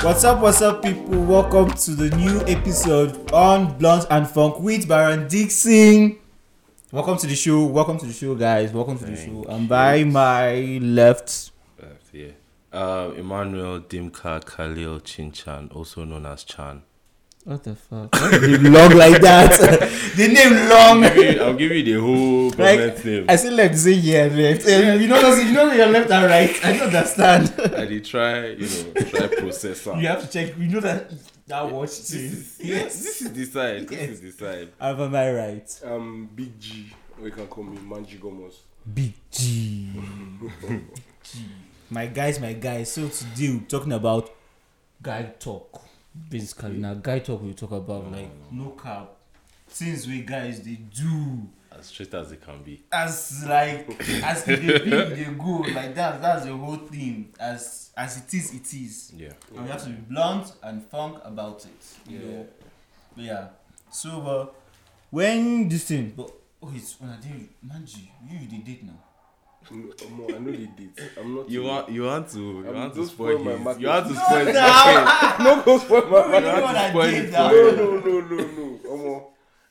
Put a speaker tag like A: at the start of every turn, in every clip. A: What's up, what's up, people? Welcome to the new episode on Blunt and Funk with Baron Dixon. Welcome to the show. Welcome to the show, guys. Welcome to the show.
B: Thank
A: And by my left,
B: Left, yeah. Um, Emmanuel Dimka Khalil Chinchan, also known as Chan.
A: what the fuck? long like that. the name long.
B: I'll give you, I'll give you the whole government
A: Like,
B: name.
A: I see left say yeah left. Um, you know those- you know your left and right. I don't understand.
B: I did try, you know, try process out.
A: you have to check. You know that that watch
B: This
A: too.
B: is, yes, this is the side. This is the side.
A: And by my right,
C: um, Big G, or you can call me Manji Gomos.
A: Big G. my guys, my guys. So today we're talking about guy talk. Basically, now guy talk we talk about like no cap things we guys they do.
B: As straight as it can be.
A: as like as e dey be e dey go like that that's the whole thing as as it is it is
B: Yeah.
A: and we have to be blunt and frank about it you
C: Yeah.
A: know but yeah so but when this thing but oh it's una dey manji you you dey date now
C: No, Omo, I know the date. I'm not.
B: You want, you want to, you
C: I'm
B: want to
C: just
B: spoil
C: spoil my
B: his.
C: market.
B: You want to
A: No,
B: spoil his.
A: now.
C: no go spoil my
A: you
C: man.
A: know what i
B: spoil
A: did
B: it
A: now
C: No, no, no, no, no. Omo,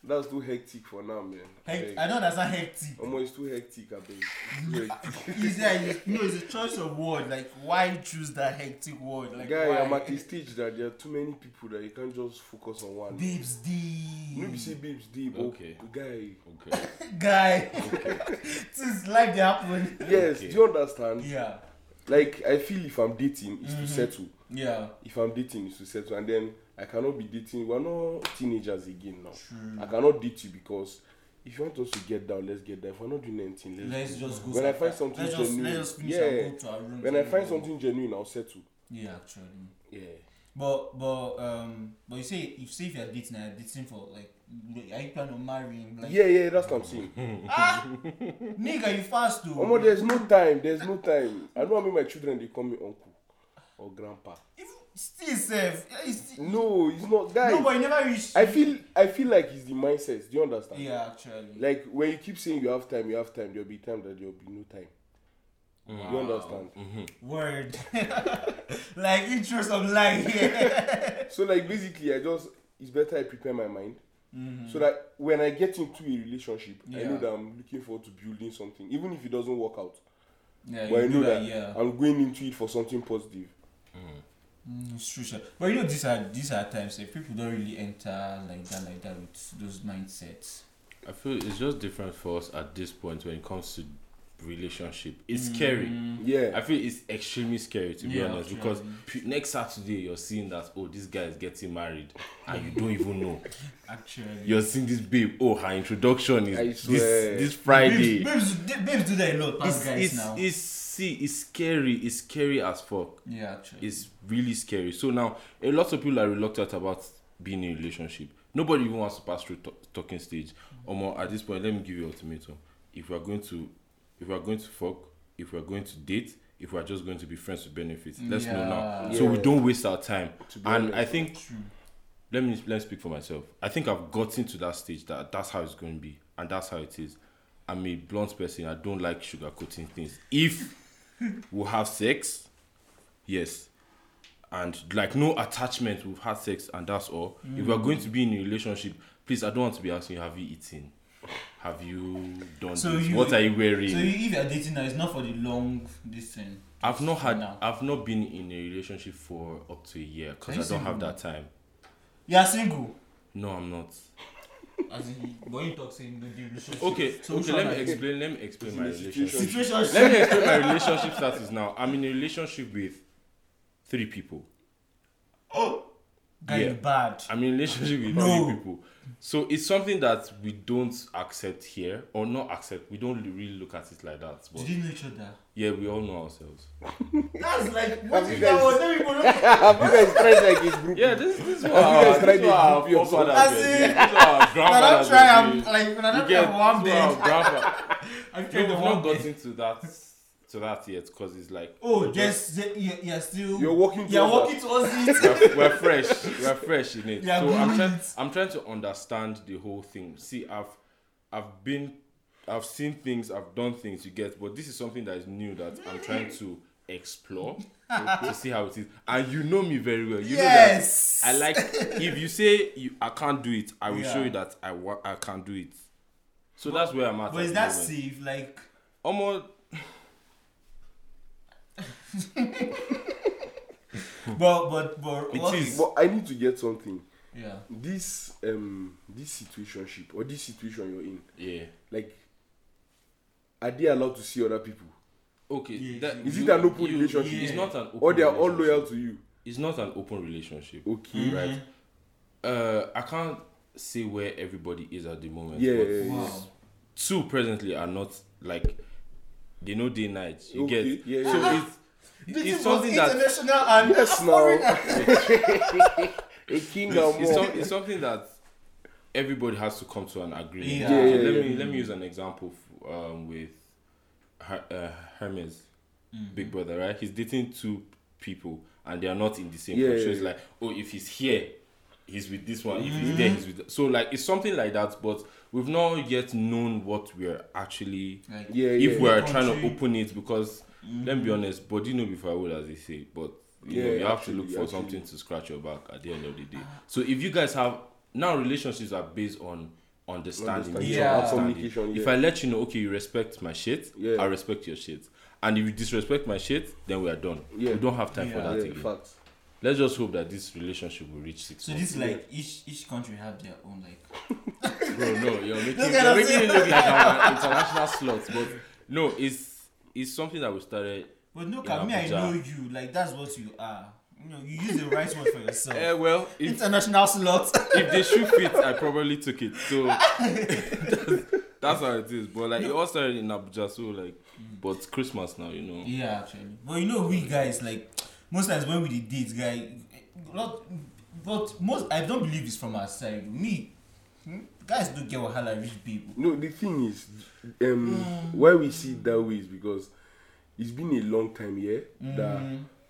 C: that's too hectic for now, man.
A: Hec-
C: Like,
A: i don't understand hectic
C: Omo, it's too hectic, I beg. It's too hectic.
A: is there is no it's a choice of word like why choose that hectic word like
C: Guy,
A: why
C: I'm at the stage that there are too many people that you can't just focus on one.
A: babes dey
C: No be say babes dey, but
B: Okay.
C: guy.
B: Okay.
A: guy since life dey happen
C: Yes,
B: Okay.
C: do you understand?
A: yeah Mm-hmm.
C: Like, I feel if I'm dating, it's to settle.
A: yeah
C: If I'm dating, it's to settle, and then I cannot be dating. We're not teenagers again now.
A: true
C: I cannot date you because if you want us to get down, let's get down. If we're not doing anything, let's.
A: let's just go
C: When I find
A: separate.
C: something
A: let's just,
C: genuine.
A: let's just finish
C: Yeah.
A: and go to our room
C: when I find something genuine, I'll settle.
A: yeah actually
C: Yeah.
A: but but um but you say if say if you're dating and you're dating for like are you planning on marrying like
C: Yeah, yeah, that's what I'm saying.
A: ah nigga you fast though
C: Omo, there's no time. There's no time. I don't want my children. They call me uncle or grandpa.
A: if still safe still...
C: No, it's not, guy.
A: no but you never reach
C: I feel, I feel like it's the mindset. Do you understand?
A: yeah actually
C: Like when you keep saying you have time, you have time. There'll be time that there'll be no time. You understand?
B: Mm-hmm.
A: word like intro some light here
C: So like basically, I just it's better I prepare my mind
A: Mm-hmm.
B: Mm-hmm.
C: so that when I get into a relationship, I
A: Yeah.
C: know that I'm looking forward to building something, even if it doesn't work out.
A: yeah
C: but I
A: you
C: know
A: do
C: that
A: that yeah
B: Uh.
C: I'm going into it for something positive.
B: Hmm.
A: Mm, It's true, sure. But you know, these are these are times if people don't really enter like that, like that with those mindsets.
B: I feel it's just different for us at this point when it comes to relationship. It's scary. I
C: Yeah,
B: feel it's extremely scary to be
A: Mm-hmm. Yeah,
B: honest
A: actually.
B: because p- next Saturday you're seeing that oh this guy is getting married and Ah, you don't even know.
A: Actually,
B: You're seeing this babe oh her introduction is
C: I
B: this
C: swear.
B: this
A: babes,
B: Friday.
A: babes, d- babes do that a lot. Past
B: It's,
A: guys
B: it's,
A: now.
B: it's see it's scary. It's scary as fuck.
A: yeah, actually.
B: It's really scary. So now a lot of people are reluctant about being in a relationship. Nobody even wants to pass through to- talking stage. Or more at this point, let me give you ultimatum. If we are going to, if we are going to fuck, if we are going to date, if we are just going to be friends with benefits, let's know now.
A: Yeah.
B: So we don't waste our time.
C: To be
B: And
C: honest.
B: I think
A: True.
B: let me let's speak for myself. I think I've gotten to that stage that that's how it's going to be, and that's how it is. I'm a blunt person. I don't like sugarcoating things. If we'll have sex, yes, and like no attachment, we've had sex, and that's all. If we're going to be in a relationship, please, I don't want to be asking you, have you eaten? Have you done
A: So
B: this?
A: you-
B: what are you wearing?
A: So you, if you're dating now, it's not for the long distance.
B: I've not had.
A: No.
B: I've not been in a relationship for up to a year
A: Are
B: because
A: you
B: I don't have
A: single?
B: that time.
A: You're single.
B: No, I'm not.
A: As in, but you talk saying the relationship.
B: Okay,
A: So which
B: okay.
A: one
B: Let me
A: are you?
B: explain. Let me explain
C: It's
B: my
C: in a
B: relationship.
C: situation.
A: Situation.
B: Let me explain my relationship status now. I'm in a relationship with three people.
A: Guy, you
B: Yeah.
A: bad.
B: I'm in a relationship with
A: No.
B: three people. So it's something that we don't accept here, or not accept. We don't really look at it like that. But
A: Did you know each other?
B: yeah, we all know ourselves.
A: That's like what
C: Have
A: if
C: you
A: that
C: guys-
A: was every one
C: have you guys tried like a group?
B: Yeah, this this is what
C: Have you
B: our,
C: guys tried
B: this is what
C: a
B: our
C: groupie or
B: forefathers
A: something?
B: were doing. This is what our
A: I don't
B: grandfathers
A: try.
B: were
A: I'm
B: doing.
A: like when I
B: You
A: don't
B: get
A: try one
B: this is what
A: bed.
B: our grandfa-
A: I've
B: No,
A: tried
B: we've
A: one
B: not
A: bed.
B: gotten to that So that's it, because it's like
A: Oh, just the- you- you're still
C: You're working
A: You're
C: towards
A: working towards it.
B: we're, we're fresh. We're fresh in it.
A: Yeah,
B: so I'm
A: good.
B: trying. I'm trying to understand the whole thing. See, I've, I've been, I've seen things. I've done things. You get, but this is something that is new that I'm trying to explore to see how it is. And you know me very well. You
A: Yes.
B: know that I like. If you say you, I can't do it, I will show
A: Yeah.
B: you that I wa- I can do it. So that's where I'm at.
A: But
B: at
A: is
B: the
A: that
B: moment.
A: safe? Like
B: Almost.
A: but but but
B: It
A: what
B: is.
C: But I need to get something.
A: Yeah.
C: This um this situationship or this situation you're in,
B: Yeah.
C: like are they allowed to see other people?
B: Okay.
A: Yeah,
B: that-
C: Is
B: you-
C: it an open
B: you-
C: relationship?
B: It's not an open.
C: Or they are all
B: relationship. Mm-hmm.
C: loyal to you.
B: It's not an open relationship.
C: Okay.
B: right? Uh, I can't say where everybody is at the moment.
C: Yeah,
B: but
C: yeah, yeah.
A: Wow.
B: Two presently are not like they know day night. You
C: Okay,
B: get
C: yeah,
B: so
C: yeah.
B: it's
A: This
B: it's
A: is
B: something
A: both
B: that
A: international and
C: Yes now. A king or
B: it's,
C: more.
B: some, it's something that everybody has to come to an agreement.
A: Yeah.
B: So
C: Yeah, yeah,
B: let
C: yeah.
B: me let me use an example f- um, with Her, uh, Hermes,
A: Mm.
B: Big Brother, right? He's dating two people and they are not in the same.
C: Yeah,
B: Yeah, so
C: yeah,
B: it's
C: yeah.
B: like, oh, if he's here, he's with this one. If he's
C: Mm-hmm.
B: there, he's with. th- So like it's something like that, but we've not yet known what we're actually
A: Like,
C: Yeah, yeah.
B: if we are
A: The
B: trying to
A: country.
B: open it because let me be honest body no before would as they say but you know you have
C: Yeah,
B: to
C: actually,
B: look for
C: actually.
B: something to scratch your back at the end of the day so if you guys have now relationships are based on understanding,
C: Understanding,
B: mutual
A: Yeah.
B: understanding.
C: communication, yeah.
B: if i let you know okay you respect my shit
C: Yeah.
B: i respect your shit and if you disrespect my shit then we are done
C: Yeah.
B: we don't have time for
A: Yeah.
B: that
C: Yeah,
B: again
C: facts.
B: let's just hope that this relationship will reach six
A: so
B: months
A: this is like each each country have their own like
B: Bro, no, you're making,
A: Look at
B: you're
A: us.
B: making it look like our international slots, but no, it's it's something that we started.
A: But no,
B: Yeah, uh,
A: Kami, I
B: Abuja.
A: know you. Like that's what you are. You know, you use the right word for
B: Eh,
A: yourself.
B: well, if
A: International slot.
B: if the shoe fits, I probably took it. So that's, that's how it is. But like it all started in Abuja, so like, but it's Christmas now, you know.
A: yeah, actually. But you know, we guys like most times when we did date, guy, not. But most I don't believe it's from our side. Me, hmm, guys don't get wahala rich people.
C: No, the thing is, um, why we see it that way is because it's been a long time here that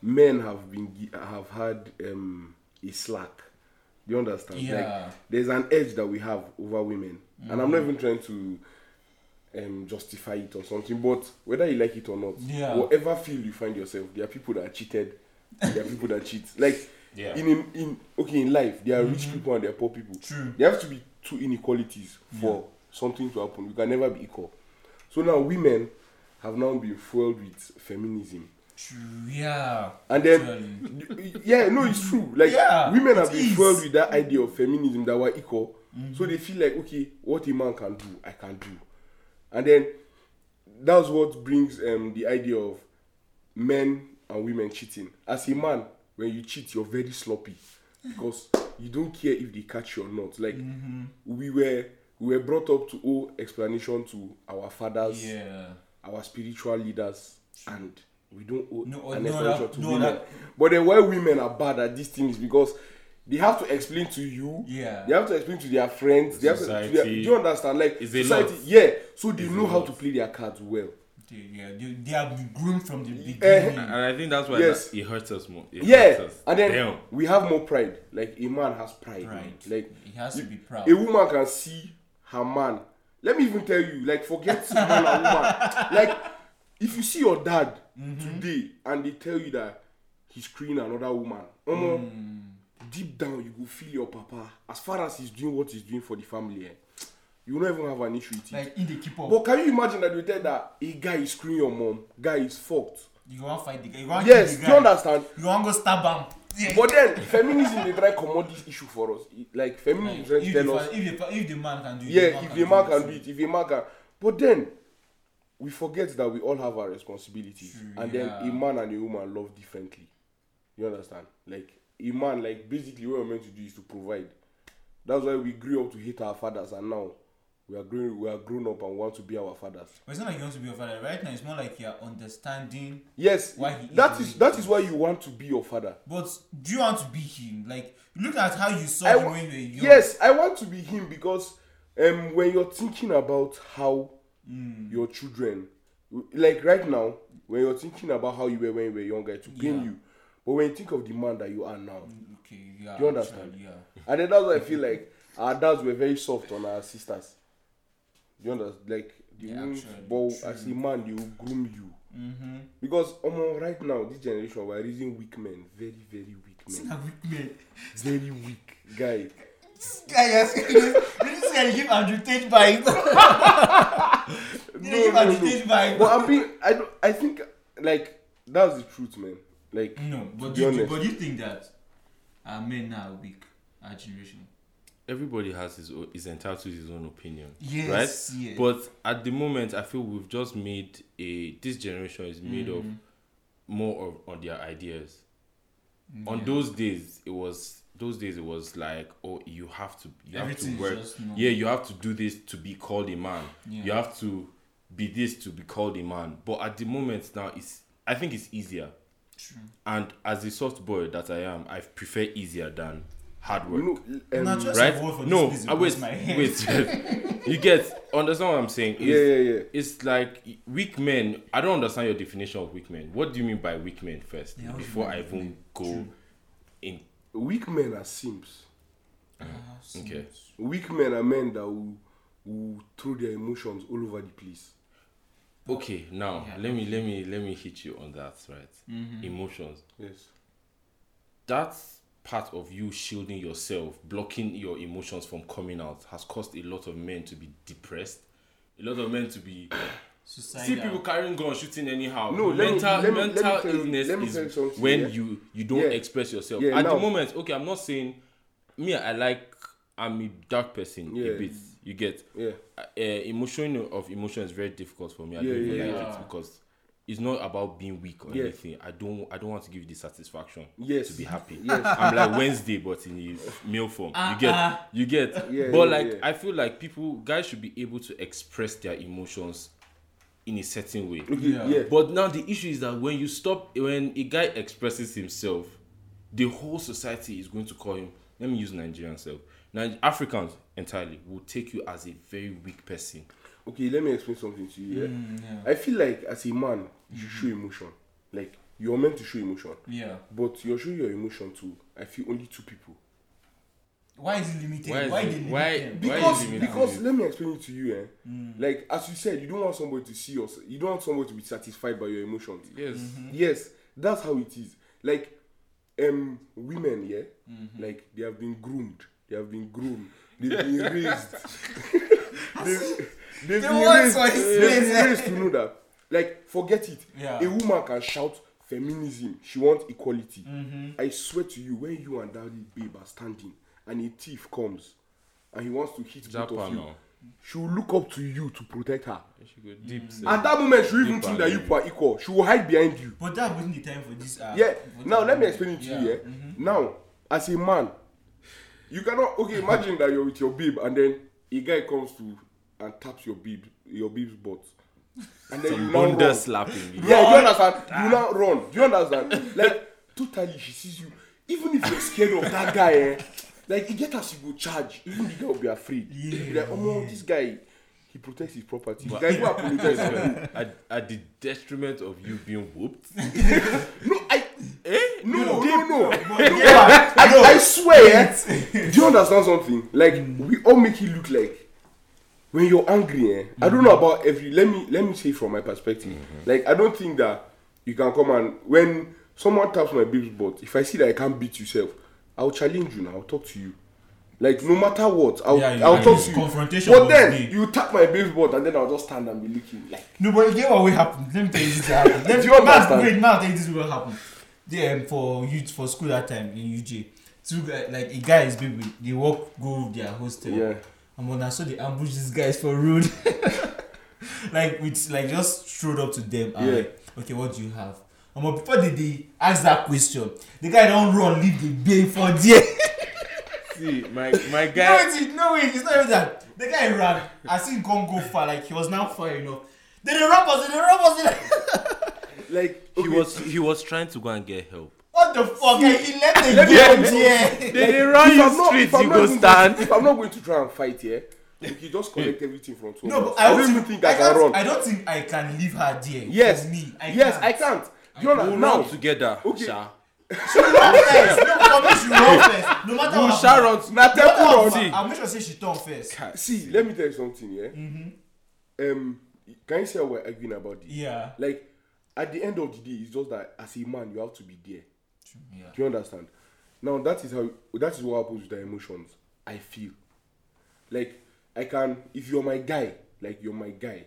C: men have been gi- have had um, a slack. Do you understand?
A: Yeah.
C: Like, there's an edge that we have over women, and
A: Mm.
C: I'm not even trying to um, justify it or something. But whether you like it or not,
A: Yeah.
C: whatever field you find yourself, there are people that are cheated. there are people that cheat. Like
B: Yeah.
C: in, in in okay in life, there are rich people and there are poor people.
A: Mm-hmm. True.
C: There have to be two inequalities for something to happen. We can never be equal. So now women have now been fueled with feminism.
A: True. Yeah.
C: And then,
A: Actually.
C: yeah, no, it's true. Like,
A: Yeah,
C: women have
A: it
C: been
A: is.
C: fueled with that idea of feminism that we're equal. So they feel like, okay, what a man can do, I can do. And then, that's what brings um, the idea of men and women cheating. As a man, when you cheat, you're very sloppy because you don't care if they catch you or not. Like,
A: Mm-hmm.
C: we were. We were brought up to owe explanation to our fathers,
A: Yeah.
C: our spiritual leaders and we don't owe
A: No,
C: an
A: no,
C: explanation
A: that-
C: to
A: no,
C: women.
A: that-
C: But then why women are bad at these things because they have to explain to you.
A: Yeah.
C: They have to explain to their friends. They have to, to their, do
B: Society.
C: you understand? Like
B: It's a
C: society,
B: lot.
C: yeah. So they
B: It's a
C: know how
B: lot.
C: to play their cards well.
A: They, yeah. They, they have been groomed from the
C: Eh.
B: And
A: beginning.
B: I think that's why
C: Yes.
B: that, it hurts us more. It
C: Yeah.
B: hurts us.
C: And then
B: Damn.
C: we have more pride. Like a man has pride.
A: Pride.
C: Like
A: He has to be proud.
C: a woman can see her man. Let me even tell you, like, forget man and woman. Like, if you see your dad
A: Mm-hmm.
C: today and they tell you that he's screwing another woman, omo,
A: Mm.
C: deep down you go feel your papa. As far as he's doing what he's doing for the family, eh, you don't even have an issue with it.
A: Like in the keep up,
C: but can you imagine that they tell that a guy is screwing your mom, guy is fucked.
A: you want to fight the guy. You want to
C: Yes,
A: the
C: do
A: guy.
C: you understand?
A: You want to go stab him. Yeah.
C: But then feminism they try commodity issue for us. Like feminism
A: If
C: try
A: the,
C: tell us
A: fa- if, the, if the man can do it,
C: yeah, if a man can do
A: it.
C: it, if a man can. But then, we forget that we all have our responsibilities,
A: True,
C: and
A: yeah.
C: then a man and a woman love differently. You understand? Like a man, like basically what we're meant to do is to provide. That's why we grew up to hate our fathers, and now we are growing, we are grown up and want to be our fathers.
A: But it's not like you want to be your father. Right now, it's more like you're understanding.
C: Yes,
A: Why he is
C: that
A: the
C: is
A: way
C: that
A: he
C: is why you want to be your father.
A: But do you want to be him? Like, look at how you saw
C: I
A: him
C: wa-
A: when you were young.
C: Yes, I want to be
A: Mm.
C: him because um, when you're thinking about how your children like right now when you're thinking about how you were when you were younger it will pain
A: Yeah.
C: you but when you think of the man that you are now
A: Okay, yeah.
C: Do you understand?
A: actually, Yeah.
C: and then that's why i feel like our dads were very soft on our sisters do you understand like the
A: Yeah,
C: wounds,
A: actually,
C: but as a man they will groom you
A: Mm-hmm.
C: because omo right now this generation we're raising weak men very very weak
A: See
C: men
A: that weak man.
C: very weak guy
A: This guy has this guy give Andrew Tate vibes. Did he give Andrew Tate vibes?
C: but i'm being i don't i think like that's the truth man like
A: No, but
C: be
A: do, you,
C: honest.
A: but do you think that our men now are weak? Our generation.
B: everybody has his own, is entitled to his own opinion.
A: Yes,
B: right?
A: yeah.
B: But at the moment, I feel we've just made a this generation is made of
A: Mm-hmm.
B: more of on their ideas.
A: Mm.
B: On those days, it was those days it was like oh you have to you
A: Everything
B: have
A: is
B: to work
A: just no.
B: yeah you have to do this to be called a man
A: Yeah.
B: you have to be this to be called a man but at the moment now it's I think it's easier
A: True.
B: and as a soft boy that I am I prefer easier than hard work
C: you know, um,
A: Not just-
B: right?
A: a word for
B: no,
A: this
B: I wait,
A: business, my head.
B: wait. you get understand what I'm saying? It's,
C: yeah yeah yeah
B: It's like weak men. I don't understand your definition of weak men. What do you mean by weak men first?
A: Yeah, what do you
B: before
A: mean
B: I
A: by weak
B: even
A: men?
B: go
A: True.
B: in.
C: weak men are simps
A: Ah, so
B: okay.
A: much.
C: weak men are men that will, will throw their emotions all over the place
B: Okay, now
A: Yeah. Mm-hmm.
B: let me let me let me hit you on that right. Emotions.
C: yes
B: That's part of you shielding yourself, blocking your emotions from coming out, has caused a lot of men to be depressed. A lot of men to be see
A: Suicidal.
B: people carrying guns shooting anyhow.
C: No, let me-
B: mental
C: let me- let me
B: mental
C: tell you-
B: illness
C: let me
B: is
C: tell you something,
B: when
C: yeah?
B: you you don't
C: Yeah.
B: express yourself.
C: Yeah,
B: At
C: now-
B: the moment, okay, I'm not saying me. I like I'm a dark person
C: Yeah.
B: a bit. You get
C: yeah
B: uh, emotion of emotion is very difficult for me. I
C: Yeah,
B: don't
C: yeah,
B: even
A: yeah.
B: like it because it's not about being weak or
C: Yeah.
B: anything. I don't I don't want to give you the satisfaction
C: yes
B: to be happy.
C: Yes.
B: I'm like Wednesday, but in his male form. You
A: Uh-uh.
B: get, you get.
C: Yeah,
B: but
C: yeah,
B: like,
C: yeah.
B: I feel like people, guys, should be able to express their emotions in a certain way.
C: okay
A: Yeah.
C: yeah,
B: But now the issue is that when you stop, when a guy expresses himself, the whole society is going to call him. Let me use Nigerian self. Now Africans entirely will take you as a very weak person.
C: okay let me explain something to you yeah?
A: Mm, yeah. Mm-hmm.
C: i feel like as a man you should show emotion like you're meant to show emotion
A: Yeah.
C: but you're showing your emotion to i feel only two people
A: Why is it limited?
B: Why
A: Why,
B: is
A: why
B: it-
A: they limit
B: why-
A: them?
B: why
C: because
B: is it limited?
C: because let me explain it to you eh? like as you said you don't want somebody to see yourself you don't want somebody to be satisfied by your emotions
B: Yes.
C: yes that's how it is like um women yeah
A: Mm-hmm.
C: like they have been groomed they have been groomed they've been raised they've, they've
A: The
C: been
A: words
C: raised,
A: on his
C: they've been
A: face, eh?
C: raised to know that like forget it
A: Yeah.
C: a woman can shout feminism she wants equality
A: Mm-hmm.
C: i swear to you when you and that babe are standing and a thief comes and he wants to hit both
B: Japa
C: of you
B: now.
C: she will look up to you to protect her
B: You should go deep. sir.
C: at that moment she will even
B: Deep
C: think
B: and
C: that you
B: deep.
C: two are equal she will hide behind you
A: But that wasn't the time for this. Uh,
C: yeah
A: for
C: now
A: that.
C: let me explain it to
A: yeah.
C: you yeah Mm-hmm. now as a man you cannot okay imagine that you're with your babe and then a guy comes to and taps your babe your babe's butt and then you
B: Some
C: now run
B: bunda slapping. you know.
C: yeah you understand you now run do you understand like totally she sees you even if you're scared of that guy eh like e get as you go charge even the guy will be afraid yeah, be like omo yeah. this guy he protects his property the
B: But-
C: guy go apologize for you
B: at, at the detriment of you being whooped.
C: No, I. Eh? No, no, no, no. no,
A: yeah.
C: I, I swear. eh, do you understand something? Like
A: Mm.
C: we all make it look like when you're angry. Eh? I don't know
A: Mm.
C: about every. Let me let me say from my perspective.
A: Mm-hmm.
C: Like I don't think that you can come and when someone taps my babe's butt. If I see that I can't beat yourself, I'll challenge you. Now I'll talk to you. Like no matter what, I'll
A: Yeah, you-
C: I'll
A: and
C: talk
A: it's
C: to you.
A: confrontation
C: But
A: must
C: then
A: be.
C: you tap my babe's butt, and then I'll just stand and be looking like.
A: No, but get what will happen. Let me tell you this will happen. Let me,
C: Do you
A: now-
C: understand?
A: Wait, now I'll tell you this will happen. They, um, for youth for school that time in UJ, two guy, like a guy is baby. They walk go their hostel.
C: Yeah.
A: And when I saw they ambush these guys for road, like with like just strode up to them. And
C: Yeah.
A: like, okay, what do you have? And but before they, they ask that question, the guy don't run, leave the bay for there.
B: See, my my
A: No,
B: guy.
A: it's, it- no, it- it's not even that. The guy ran. I seen gone go far. Like he was now far enough. Then they rob us. Then they rob us. Then
C: Like
B: He was he was trying to go and get help.
A: what the fuck? Like, he left the
C: Let me-
A: game there.
B: They, they run
C: If
B: you
C: I'm not-
B: streets,
C: if I'm
B: you
C: not
B: go
C: even
B: stand.
C: Going, if I'm not going to try and fight here, Okay, just collect everything from someone.
A: No,
C: else.
A: but I,
C: don't even think I, can
A: can't-
C: run.
A: I don't think I can leave her there.
C: yes,
A: for me. I
C: yes,
A: can't.
C: I can't. You know,
B: We'll
C: now,
B: run together,
C: Okay.
B: Sha.
A: She will run first. No, for me, she will run first. No matter
B: We'll
A: what.
B: Sha run
C: now
A: No matter what.
C: tell me,
B: See.
A: I'm going to say she turn first.
C: see, let me tell you something, yeah? Um, can you see how we're arguing about this?
A: Mm-hmm. Yeah.
C: Like, at the end of the day, it's just that as a man, you have to be there.
A: Yeah.
C: Do you understand? Now that is how that is what happens with the emotions. I feel like I can if you're my guy, like you're my guy,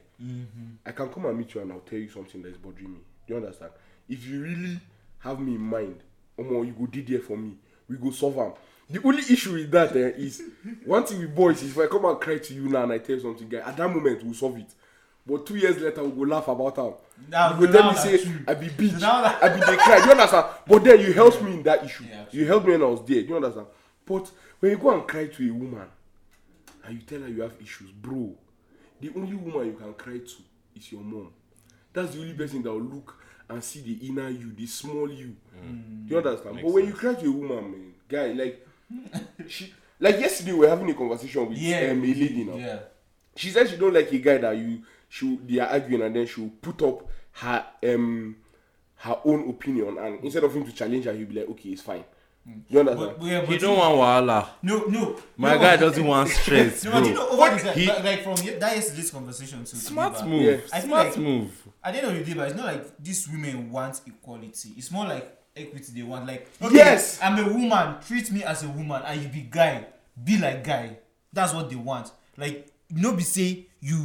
C: I can come and meet you and I'll tell you something that is bothering me. Do you understand? If you really have me in mind, Omo, you go did there for me. We go solve am. The only issue with that eh, is one thing with boys is if I come and cry to you now and I tell you something, guy, at that moment we'll solve it. But two years later, we go laugh about am.
A: Now,
C: you go tell
A: now
C: me
A: na
C: say
A: true.
C: I be bitch.
A: Now na-
C: I be dey cry. Do you understand? But then you helped me in that issue.
A: Yeah,
C: you helped me when I was there. Do you understand? But when you go and cry to a woman and you tell her you have issues, bro, the only woman you can cry to is your mom. That's the only person that will look and see the inner you, the small you.
A: Mm.
C: Do you understand?
B: Makes
C: but when you cry to a woman, man, guy, like she like yesterday we were having a conversation with
A: Yeah.
C: um, a lady now
A: Yeah.
C: she said she don't like a guy that you she they are arguing and then she'll put up her um her own opinion and instead of him to challenge her he'll be like okay it's fine you understand
A: But, but yeah, but
B: He
A: you-
B: don't want wahala.
A: No, no.
B: My
A: no,
B: guy
A: but-
B: doesn't want stress,
A: No, I didn't
B: bro.
A: know over the
B: He-
A: time, like, like from ye- that yesterday's conversation to
B: Smart
A: Liba,
B: move.
A: I feel
B: Smart
A: like-
B: move.
A: At the end of the day, but it's not like these women want equality. It's more like equity they want. Like,
C: Yes.
A: I'm a woman. Treat me as a woman, and you be guy. Be like guy. That's what they want. Like, no be say you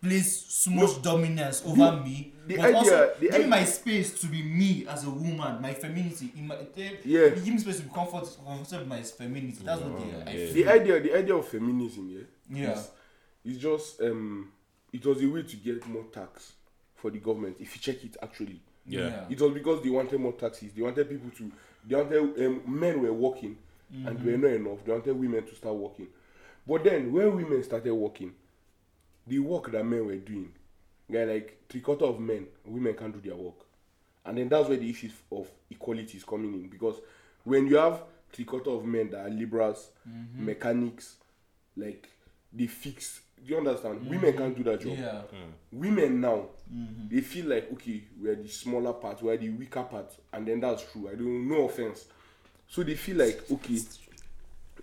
A: place so much dominance over me,
C: the
A: but
C: idea-
A: also
C: the
A: give
C: idea-
A: me my space to be me as a woman, my femininity. In my, eh,
C: Yeah.
A: Give me space to be comfort, comfortable with my femininity. That's what they. I
B: yeah.
A: feel.
C: the idea the idea of feminism yeah
A: Yeah.
C: is, is just um it was a way to get more tax for the government if you check it actually
B: Yeah.
C: it was because they wanted more taxes they wanted people to they wanted um, men were working and they were not enough they wanted women to start working but then when women started working the work that men were doing guy like three quarter of men women can't do their work and then that's where the issues of equality is coming in because when you have three quarter of men that are liberals mechanics like they fix do you understand women can't do that job
A: Yeah.
C: women now
B: Mm-hmm.
C: they feel like okay we're the smaller part we're the weaker part and then that's true i don't no offense so they feel like okay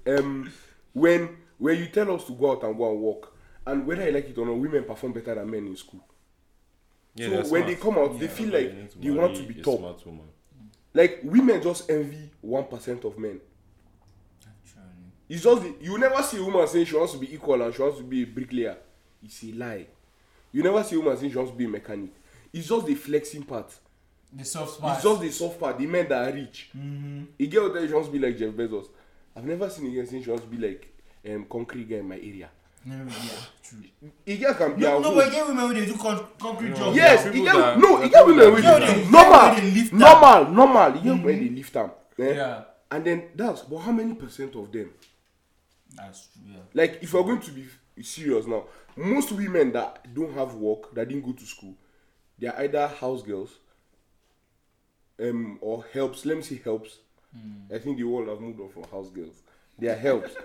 C: um when when you tell us to go out and go and work and whether i like it or not women perform better than men in school
B: Yeah,
C: so when
B: they're
C: they
B: smart.
C: come out they feel like
B: need to
C: they want to
B: marry
C: be
B: a
C: top
B: smart woman.
C: like women just envy one percent of men
A: Actually.
C: it's just the, you never see a woman saying she wants to be equal and she wants to be a bricklayer it's a lie you never see a woman saying she wants to be a mechanic it's just the flexing part
A: The soft
C: It's
A: part.
C: just the soft part, the men that are rich. A girl that she wants to be like Jeff Bezos. I've never seen a girl saying she wants to be like um, concrete guy in my area.
A: No, yeah, true.
C: A girl can be
A: No,
C: at
A: no,
C: home.
A: but again, women, they do con- concrete jobs.
C: yes,
B: Yeah,
C: a
B: people
C: girl,
B: that-
C: no,
B: that
C: a
B: people
C: girl women
B: that
C: will
A: do
C: do
A: that.
C: that.
A: Yeah, they lift
C: normal,
A: up.
C: normal, normal. A girl when they lift them. eh?
A: Yeah.
C: And then that's, but how many percent of them?
A: That's true, yeah.
C: Like, if we're going to be serious now, most women that don't have work, that didn't go to school, they're either house girls um, or helps. Let me say helps.
A: Hmm.
C: I think the world have moved on from house girls. They are helps. Do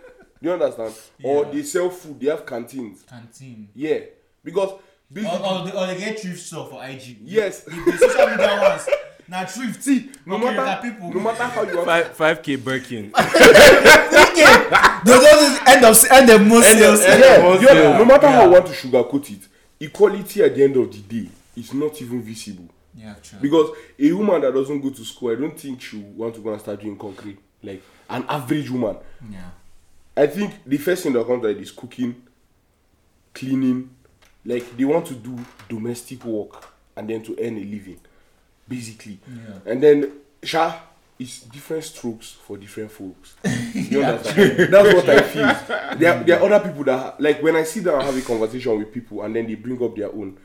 C: you understand? Or
A: Yeah.
C: they sell food, they have canteens.
A: Canteen.
C: Yeah. Because
A: Or,
C: basically,
A: or, they, or they get thrift store for IG.
C: Yes.
A: The, the social media ones. Now thrift.
C: see, no
A: Okay, that
C: matter
A: people.
C: no matter how you have
B: Five five k Birkin.
A: Those are the end of end of most
B: End of- sales. end of-
C: yeah,
B: Everyone's
C: you know,
B: there.
C: no matter how I want to sugarcoat it, equality at the end of the day is not even visible.
A: Yeah, actually.
C: Because a woman that doesn't go to school, I don't think she will want to go and start doing concrete. Like an average woman.
A: yeah.
C: I think the first thing that comes to mind is cooking, cleaning. Like they want to do domestic work and then to earn a living, basically.
A: Yeah.
C: And then Sha it's different strokes for different folks. You understand? That's what I feel. There, are- there are other people that like when I sit down and have a conversation with people and then they bring up their own.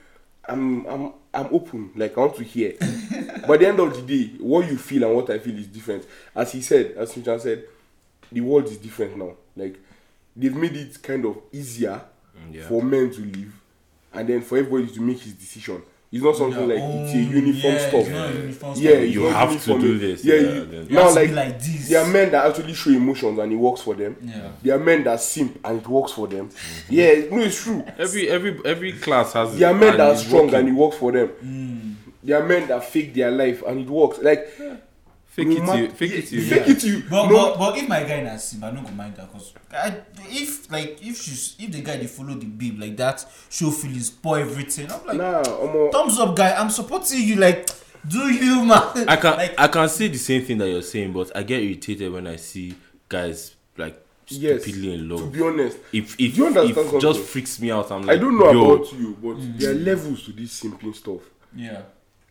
C: I'm I'm I'm open. Like I want to hear. By the end of the day, what you feel and what I feel is different. As he said, as Sunchan said, the world is different now. Like they've made it kind of easier
B: Mm, yeah.
C: for men to live and then for everybody to make his decision. It's not something
A: Their
C: like it's a
A: own-
C: uniform
A: yeah,
C: stuff.
A: It's not a uniform
C: Yeah,
A: stuff.
C: it's
B: You
C: not
B: have to
C: uniform.
B: do this,
C: Yeah,
B: yeah, then-
C: you-
A: It has
C: now
A: to be
C: like,
A: like this.
C: there are men that actually show emotions and it works for them.
A: Yeah.
C: There are men that simp and it works for them.
B: Mm-hmm.
C: Yeah, no, it's true.
B: Every every every class has.
C: There are men
B: and
C: that are
B: it's
C: strong
B: working. Mm.
C: and it works for them. There are men that fake their life and it works. Like
B: fake
C: no
B: it.
C: mat-
B: you- fake it. you-
C: fake
B: yeah.
C: it you.
A: But,
C: no,
A: but but if my guy na sim, I no go mind that cause I, if like if she's if the guy dey follow the babe like that, show feelings, pour everything. I'm like
C: nah, omo,
A: thumbs up, guy. I'm supporting you. Like do you man?
B: I can
A: like
B: I can say the same thing that you're saying, but I get irritated when I see guys like
C: yes.
B: stupidly in
C: To
B: love.
C: be honest,
B: If if,
C: you understand
B: if just
C: something?
B: freaks me out, I'm
C: I
B: like
C: don't know
B: yo, Mm-hmm.
C: about you, but there are levels to this simping stuff.
A: yeah,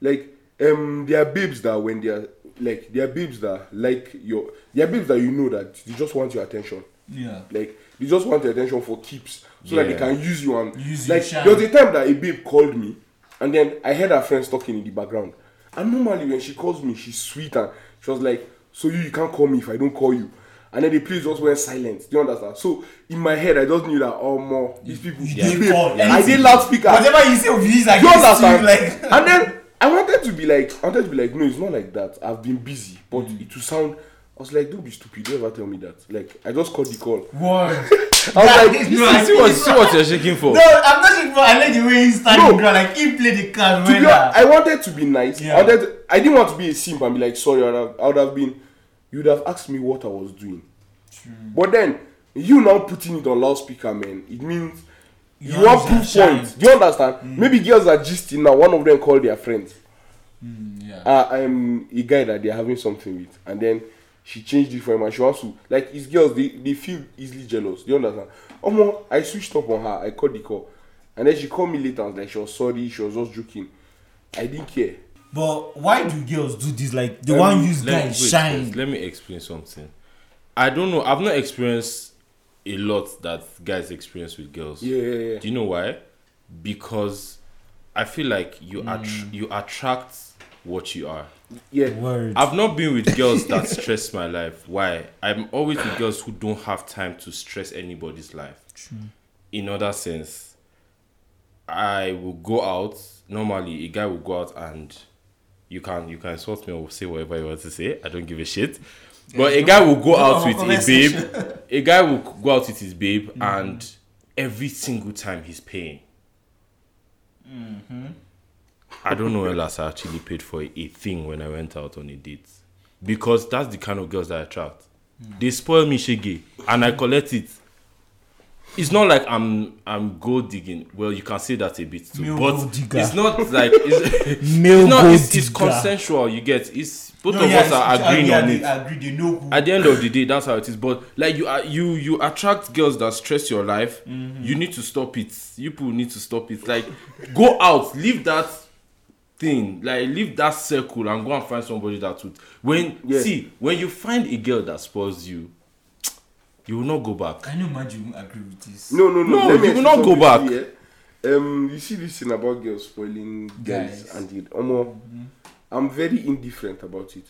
C: Like um, there are babes that when they are like there are babes that like your there are babes that you know that they just want your attention.
A: yeah.
C: Like they just want your attention for keeps so that they
B: Yeah.
C: can use you and
A: Use you,
C: like
A: shine.
C: there was a time that a babe called me and then I heard her friends talking in the background. And normally when she calls me, she's sweet and she was like, So you, you can't call me if I don't call you. And then the place just went silent. Do you understand? So in my head I just knew that oh more these people
A: you
C: this
A: didn't
C: babe,
A: call
C: I did
A: anything.
C: loudspeaker.
A: Whatever you say, of these I
C: Do you
A: guess you
C: understand?
A: like.
C: and then I wanted to be like, I wanted to be like, no, it's not like that. I've been busy, but
A: Mm.
C: it will sound. I was like, don't be stupid. Don't ever tell me that. Like, I just called the call.
A: Word.
C: I was
A: That
C: like,
A: is
C: this
A: not-
B: You
C: is
B: see what you see what you're shaking for.
A: No, I'm not sure. I like the way he
C: No.
A: stand no. Like he play the card
C: to
A: well.
C: be honest, I wanted to be nice.
A: Yeah.
C: I wanted. To, I didn't want to be a simp and be like, sorry. I would, have, I would have been. You would have asked me what I was doing. But then you now putting it on loudspeaker, man. It means you,
A: You Mm.
C: want
A: understand,
C: proof
A: shine.
C: points. Do you understand? Maybe girls are gisting now. One of them called their friends.
A: Mm, yeah.
C: uh, I'm a guy that they're having something with, and then she changed it for him, and she wants to like these girls. They, they feel easily jealous. Do you understand? Omo, I switched up on her. I called the call, and then she called me later. And was like she was sorry. She was just joking. I didn't care.
A: But why do girls do this? Like the
C: Let
A: one
C: me-
A: use
B: Let me-
A: guy
B: wait,
A: shine.
B: first, let me explain something. I don't know. I've not experienced a lot that guys experience with girls.
C: Yeah, yeah, yeah.
B: Do you know why? Because I feel like
A: Hmm.
B: you attr- you attract what you are.
C: yeah.
A: Word.
B: I've not been with girls that stress my life. Why? I'm always with girls who don't have time to stress anybody's life. In other sense, I will go out. Normally, a guy will go out and you can you can insult me or say whatever you want to say. I don't give a shit. But a guy will go
A: don't have
B: out
A: a
B: with a
A: conversation. Mm.
B: babe. A guy will go out with his babe, and every single time he's paying. I don't know unless I actually paid for a thing when I went out on a date. Because that's the kind of girls that I attract.
A: Mm.
B: They spoil me shege and I collect it. It's not like I'm I'm gold digging. Well, you can say that a bit too,
A: Male
B: but
A: gold digger.
B: it's not like it's,
A: Male
B: it's not.
A: gold
B: It's, it's
A: digger.
B: consensual. You get. It's both
A: No,
B: of
A: yeah,
B: us are
A: it's-
B: agreeing
A: yeah,
B: on
A: they
B: it.
A: Agree, they know who.
B: At the end of the day, that's how it is. But like you are you you attract girls that stress your life. You need to stop it. You people need to stop it. Like go out, leave that thing, like leave that circle and go and find somebody that would when
C: Yeah.
B: see when you find a girl that spoils you, you will not go back.
A: Can you imagine you agree with this?
C: No, no, no.
B: No,
C: let me
B: you will
C: explain
B: not go
C: something
B: back.
C: to you, yeah. Um, you see this thing about girls spoiling guys,
A: Guys.
C: and it. Omo, I'm very indifferent about it.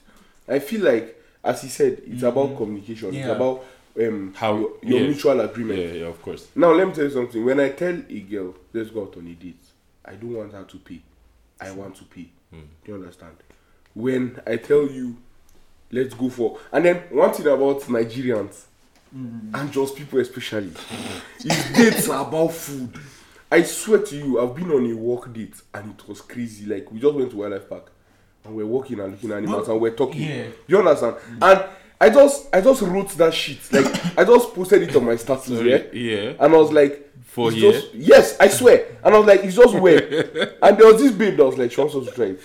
C: I feel like, as he said, it's about communication. It's
A: Yeah.
C: about um
B: Mm-hmm. How-
C: your, your
B: yeah.
C: mutual
B: Yeah,
C: agreement.
B: yeah, of course.
C: Now let me tell you something. When I tell a girl, let's go out on a date, I don't want her to pay. I want to pay. Do you understand? When I tell you, let's go for and then one thing about Nigerians and just people especially is dates are about food. I swear to you, I've been on a work date and it was crazy. Like we just went to wildlife park and we're walking and looking at animals
A: Well,
C: and we're talking.
A: yeah.
C: Do you understand? And I just I just wrote that shit. Like I just posted it on my status. Yeah.
B: Yeah.
C: And I was like,
B: For
C: it's
B: here?
C: just- Yes, I swear. And I was like, it's just weird. and there was this babe that was like, she wants us to try it.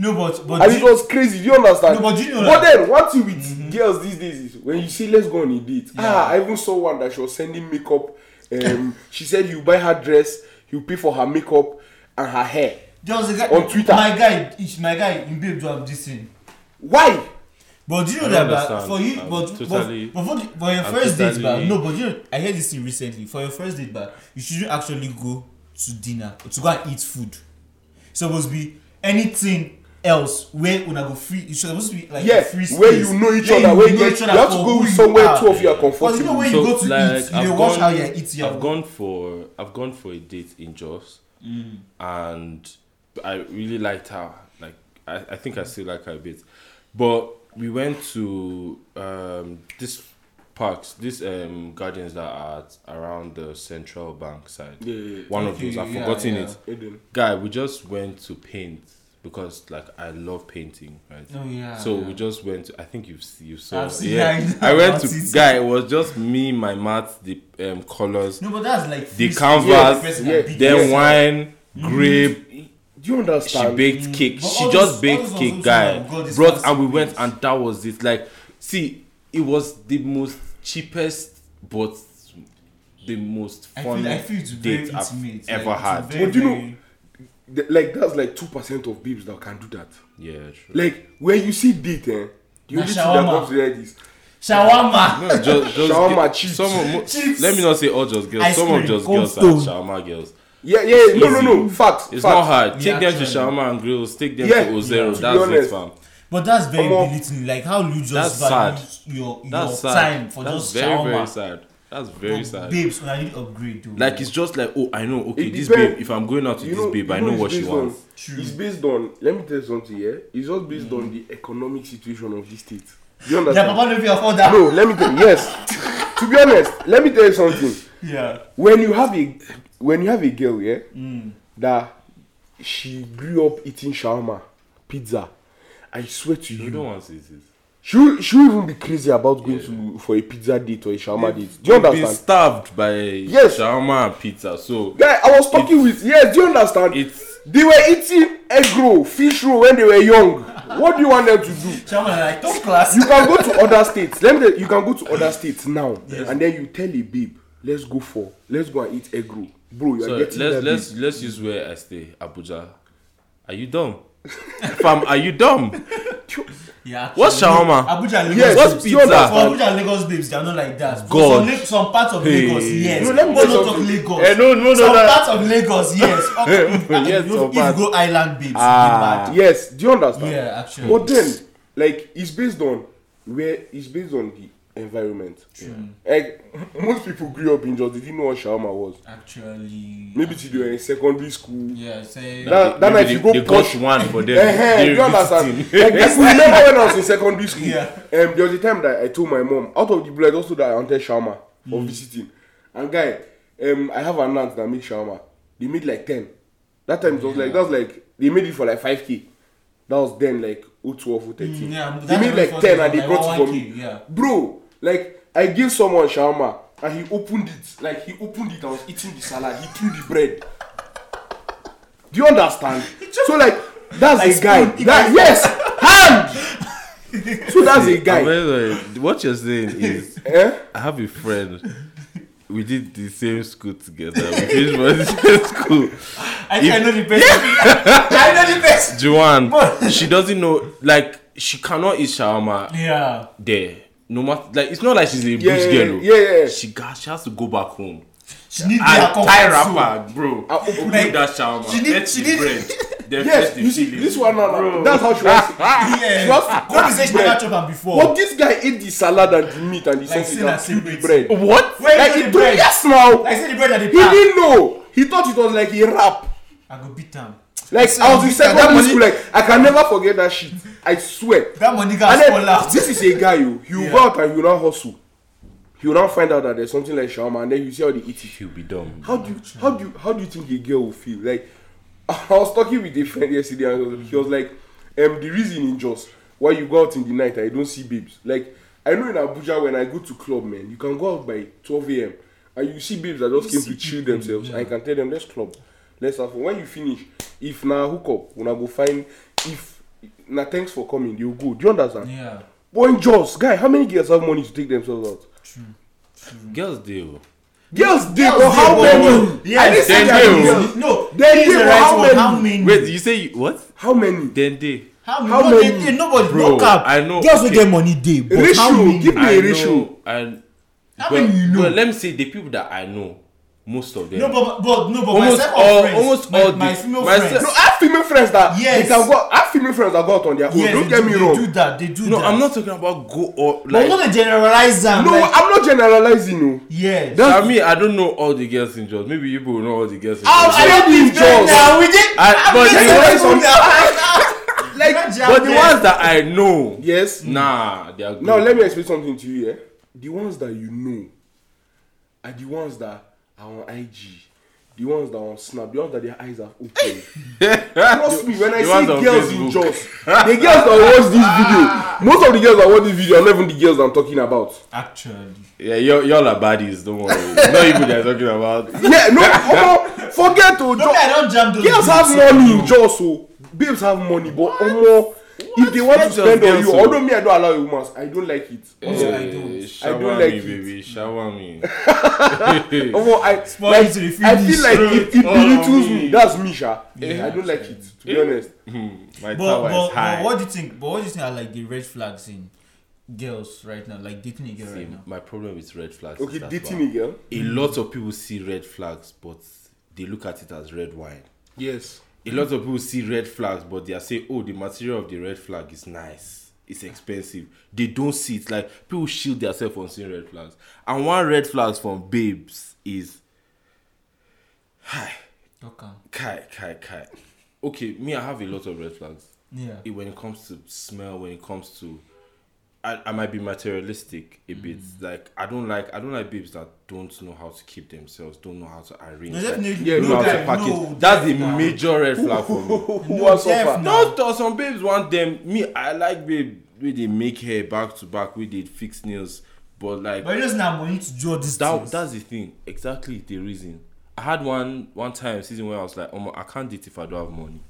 A: No, but but
C: And
A: do-
C: it was crazy. Do you understand?
A: No, but do you know
C: But
A: that- Mm-hmm.
C: then, one thing with girls these days is when you say, let's go on a date. Ah, I even saw one that she was sending makeup. Um, she said, you buy her dress, you pay for her makeup and her hair.
A: there was a guy
C: on Twitter.
A: My guy, it's my guy in babe do have this thing.
C: Why?
A: But do you know
B: I
A: that
B: don't
A: but
B: understand.
A: for you,
B: I'm
A: but,
B: totally-
A: but, but for, the, for your
B: I'm
A: first date, but
B: totally-
A: no, but you know, I heard this thing recently. For your first date, but you shouldn't actually go to dinner to go and eat food. It's supposed to be anything else where una go free. It's supposed to be like a
C: Yeah,
A: free space
C: where you know each other, where you, get, you have to
A: for
C: go
A: who
C: with
A: you
C: somewhere
A: are.
C: two of you are comfortable.
A: Because you know when you go to eat, you
B: I've
A: dey watch
B: gone-
A: how you're eating. Mm.
B: I've gone for I've gone for a date in Jos, and I really liked her. Like I, I think I still like her a bit. But we went to um this parks, these um gardens that are at- around the central bank side.
C: Yeah, yeah,
B: One of
A: Okay,
B: those. I've
A: yeah,
B: forgotten
A: yeah.
B: it.
C: yeah. Eden.
B: Guy, we just went to paint because like I love painting, right?
A: Oh yeah.
B: So
A: yeah.
B: we just went. To, I think you've s- you saw.
A: I've seen
B: yeah,
A: that.
B: I went to
A: About it.
B: guy. It was just me, my math, the um, colors,
A: No, but that's like
B: the
A: free-
B: canvas,
A: person
C: yeah,
A: that beat
B: then
A: person.
B: wine, grape.
C: Do you
B: She
C: understand?
B: baked cake.
A: mm, But
B: She
A: all
B: just
A: those- all
B: baked
A: those
B: cake,
A: also
B: guy.
A: like God is
B: Brought and we
A: constant
B: went,
A: things.
B: and that was it. Like, see, it was the most cheapest, but the most
A: I feel,
B: fun
A: I feel it's very
B: date I've
A: intimate. like,
B: ever
A: it's
B: had.
A: Very,
C: But you know-
A: very-
C: The- like that's like two percent of babes that can do that.
B: Yeah, true.
C: Like when you see date, eh, the
A: Na
C: only thing that
A: shawarma.
C: comes to head is
A: Shawarma.
B: No, just, just
C: Shawarma
B: ge-
C: chips.
B: Some of, mo-
A: Chips.
B: Let me not say all just girls.
A: Ice
B: some of
A: cream,
B: just
A: Cold
B: girls are
A: Stone.
B: shawarma girls.
C: yeah, yeah. No, no,
B: Easy.
C: no. Facts.
B: It's
C: facts.
B: not hard. Take
A: Yeah,
B: them to
A: actually.
B: Shawarma and Grills. Take them
C: Yeah,
B: to Ozero.
A: yeah, to be
B: that's it,
C: honest.
B: fam.
A: But that's very
C: Omo.
A: belittling. Like how you
B: That's
A: just
B: sad.
A: value your your
B: That's sad.
A: time for
B: that's
A: just
B: very,
A: shawarma.
B: very sad. That's very
A: But
B: sad.
A: Babes, when I need upgrade though.
B: Like it's just like oh I know okay
C: It
B: this
C: depends.
B: babe if I'm going out with
C: You
B: this
C: know,
B: babe
C: you
B: I know
C: it's
B: what she
C: based on-
B: wants.
A: True.
C: It's based on. Let me tell you something. Yeah, it's just based on the economic situation of the state. Do you
A: Their
C: understand?
A: papa don't fit afford that.
C: no, let me tell. Yes. to be honest, let me tell you something.
A: Yeah.
C: When you have a when you have a girl, yeah, that she grew up eating shawarma, pizza. I swear to
B: You
C: you,
B: don't want to see this.
C: she'll she'll even be crazy about going to for a pizza date or a shawarma date. Do you
B: Been
C: understand?
B: starved by
C: Yes.
B: shawarma and pizza so
C: Guy, I was talking with yes. Do you understand?
B: it's
C: they were eating egg roll, fish roll when they were young. what do you want them to do?
A: Shawarma na like top class.
C: you can go to other states let me tell you you can go to other states now yes. and then you tell a babe let's go for let's go and eat egg roll bro you
B: so
C: are so
B: let's
C: getting that
B: let's let's use where I stay Abuja. Are you dumb? Fam, are you dumb?
A: Yeah.
B: What's
A: actually,
B: shawarma?
A: Abuja and Lagos.
C: Yes,
B: What's
C: do
B: pizza?
C: you understand?
A: For Abuja and Lagos babes, they are not like that. For
B: God.
A: Some, Lag- some parts of
B: Hey.
A: Lagos, yes.
C: No, let me
A: But
C: tell you
A: not of
C: something.
A: Lagos.
B: Eh, no, no, no,
A: some
B: no.
A: parts of Lagos, yes. Up-
B: Yes,
A: if,
B: some
A: if you
B: parts.
A: go island babes,
B: Ah.
A: ah.
C: babe. yes do you understand
A: Yeah, actually.
C: but then like it's based on where it's based on the environment True. like most people grew up in just they didn't know what shawarma was
A: Actually.
C: maybe till they were in secondary school
A: Yeah, say.
C: That- that
B: Maybe
C: night
B: they,
C: you go
B: they
C: push-
B: got one for them.
C: Eh, eh,
B: They
C: do you understand?
B: revisit
C: Like, I could remember when I was in secondary school.
A: Yeah.
C: Um, there was a time that I told my mom, out of the blue, I just told her I wanted shawarma for
A: Mm.
C: visiting. And guy, um, I have an aunt that makes shawarma. They made like 10. That time it was like, that was like, they made it for like 5k. That was then like 012, 013.
A: Mm, yeah,
C: they
A: that's
C: made
A: when it
C: like
A: was
C: 10
A: like
C: and they brought it for
A: 1K,
C: me.
A: yeah.
C: Bro, like, I gave someone shawarma and he opened it. Like, he opened it, I was eating the salad, he threw the bread. Do you understand? so like that's
A: Like
C: a guy.
A: spoon,
C: That, yes, hand. so that's a
B: I'm
C: guy.
B: very sorry. What you're saying is,
C: Eh?
B: I have a friend. We did the same school together. We finished from the same school.
A: I think I know the best. I know the best.
B: Joanne, she doesn't know. Like she cannot eat shawarma
A: Yeah.
B: there. No matter, like it's not like she's a
C: Yeah,
B: rich
C: yeah,
B: girl. oh.
C: yeah, yeah.
B: She got, she has to go back home.
A: She need
B: I
A: their
B: tie
A: comfort zone.
B: rapper, bro.
C: I open
A: Like,
B: Put that shawarma.
A: she need-
B: Let
A: she
B: the
A: need-
B: bread. Then
C: Ah, Yes,
B: let the
C: you see
B: feeling.
C: this one now.
B: Bro.
C: now that's how she was.
A: Yeah.
C: She has to
A: Don't
C: cook
A: be saying she
C: bread.
A: never chop am before.
C: But this guy ate the salad and the meat and the
A: Like,
C: sausage
A: say na
C: and threw the
A: separate.
C: bread.
B: What?
A: Where
C: Like
A: is
C: he
A: the
C: threw
A: bread? ah.
C: yes now.
A: I see the bread at the
C: He
A: park.
C: didn't know. He thought it was like a rap.
A: I go beat am.
C: Like I was in
A: That
C: secondary
A: money-
C: school. Like I can never forget that shit. I swear.
A: That money
C: And
A: got
C: then,
A: fall out.
C: this is a guy you you
A: Yeah.
C: go out and you now hustle. You now find out that there's something like shawarma and then you see how they eat it.
B: She'll be dumb.
C: How do you how do you how do you think a girl will feel? Like I was talking with a friend yesterday and he was- he was like, um the reason in just why you go out in the night and you don't see babes. Like I know in Abuja when I go to club man, you can go out by 12 a.m. and you see babes that just came to chill themselves and you can tell them let's club. Let's have fun. When you finish, if na hook up, una go find if na thanks for coming, you go. Do you understand?
A: Yeah.
C: Boy, Jaws, guy, how many girls have money to take themselves out?
B: Girls do.
C: Girls did,
A: Girls
C: but
A: dey,
C: how
A: but-
C: many? I didn't
A: Yes,
C: say
B: then
C: that
B: they
C: girls.
A: No,
C: Then
A: he's
C: they
A: the
C: were
A: right
C: how
A: one.
C: many?
A: How many?
B: Wait, you say you, what?
C: How many?
B: Then they.
A: how many?
C: how
A: no, they-
C: many?
A: they- nobody,
B: Bro,
A: no cap.
B: I know,
A: Girls okay.
B: okay.
A: get money day, but how
C: Ratio,
A: many?
C: give me-
B: I
C: ratio.
B: know. And
A: How many you know?
B: well, let me say the people that I know, most of them.
A: No, but but no, but
B: Almost
A: my circle of
B: all-
A: friends,
B: almost
A: my,
B: all
A: my
B: the-
A: female
B: my
A: friends.
B: cir-
C: No, I have female friends that
A: Yes.
C: they can go. I have female friends that go out on their own.
A: yes,
C: Don't
A: they
C: get
A: do,
C: me
A: they
C: wrong.
A: do that. They do
B: no,
A: that.
B: I'm not talking about go all
A: But
B: like.
A: I'm gonna generalize them.
C: No,
A: like,
C: I'm not generalizing you.
A: yes.
B: I mean, I don't know all the girls in Jaws. Maybe you people know all the girls in
A: Oh,
B: Jaws.
A: I don't
C: Ladies
A: need that
C: just-
A: now. We did.
B: I-
A: I'm
B: but
A: getting
B: the ones
A: people
C: on-
A: now. like,
B: but the ones that I know,
C: Yes.
B: nah, they are good.
C: Now let me explain something to you. Yeah, the ones that you know are the ones that are on IG, the ones that are on Snap, the ones that their eyes are open. Trust me, when I
B: The
C: see
B: ones on
C: girls in
B: Facebook.
C: Jaws, the girls that watch this video, most of the girls that watch this video are not even the girls I'm talking about.
A: Actually,
B: Yeah, y'all, y'all are baddies, don't worry. Not even they're talking about.
C: Yeah, no, omo, forget to
A: no, I
C: Jaws.
A: don't jam those.
C: Girls have money in Jaws, so babes have money, but omo, if they want to
B: Let your
C: spend on
B: girls
C: you,
B: know.
C: although me I don't allow a woman, I don't like it.
A: Also, I
B: Eh,
A: don't.
B: shower
C: I don't like
B: me,
C: it.
B: baby. Shower me.
C: Omo, I
A: Spoil
C: like,
A: it to the
C: I feel
A: finish.
C: like it, it
B: All on
C: belittles
B: me.
C: me. That's me, sha.
A: Yeah.
C: I don't like it, to be honest.
B: Hmm, My
A: But,
B: tower
A: but,
B: is
A: but
B: high.
A: what do you think? But what do you think are like the red flags in girls right now? Like dating a girl
B: See,
A: right now.
B: my problem with red flags.
C: Okay,
B: is that
C: dating
B: one.
C: a girl.
B: A lot of people see red flags, but they look at it as red wine.
C: Yes.
B: A lot of people see red flags, but they are saying, "Oh, the material of the red flag is nice. It's expensive." They don't see it. Like people shield themselves on seeing red flags. And one red flags from babes is, "Hi,
A: Okay.
B: kai, kai, kai." Okay, me, I have a lot of red flags.
A: Yeah.
B: it- when it comes to smell, when it comes to, I, I might be materialistic a bit. Like I don't like I don't like babes that don't know how to keep themselves, don't know how to arrange,
A: No,
B: like,
A: definitely.
C: Yeah,
B: don't
C: no,
B: know how to
A: guy,
B: package.
A: no,
B: That's a
A: no.
B: major red flag for me.
C: Who
A: No,
C: are suffer?
A: Jeff, no.
B: no, th- some babes want them. Me, I like babe where they make hair back to back, where they fix nails, but like
A: But it doesn't have money to draw this.
B: that that's the thing. Exactly the reason. I had one one time season where I was like, oh, I can't date if I don't have money.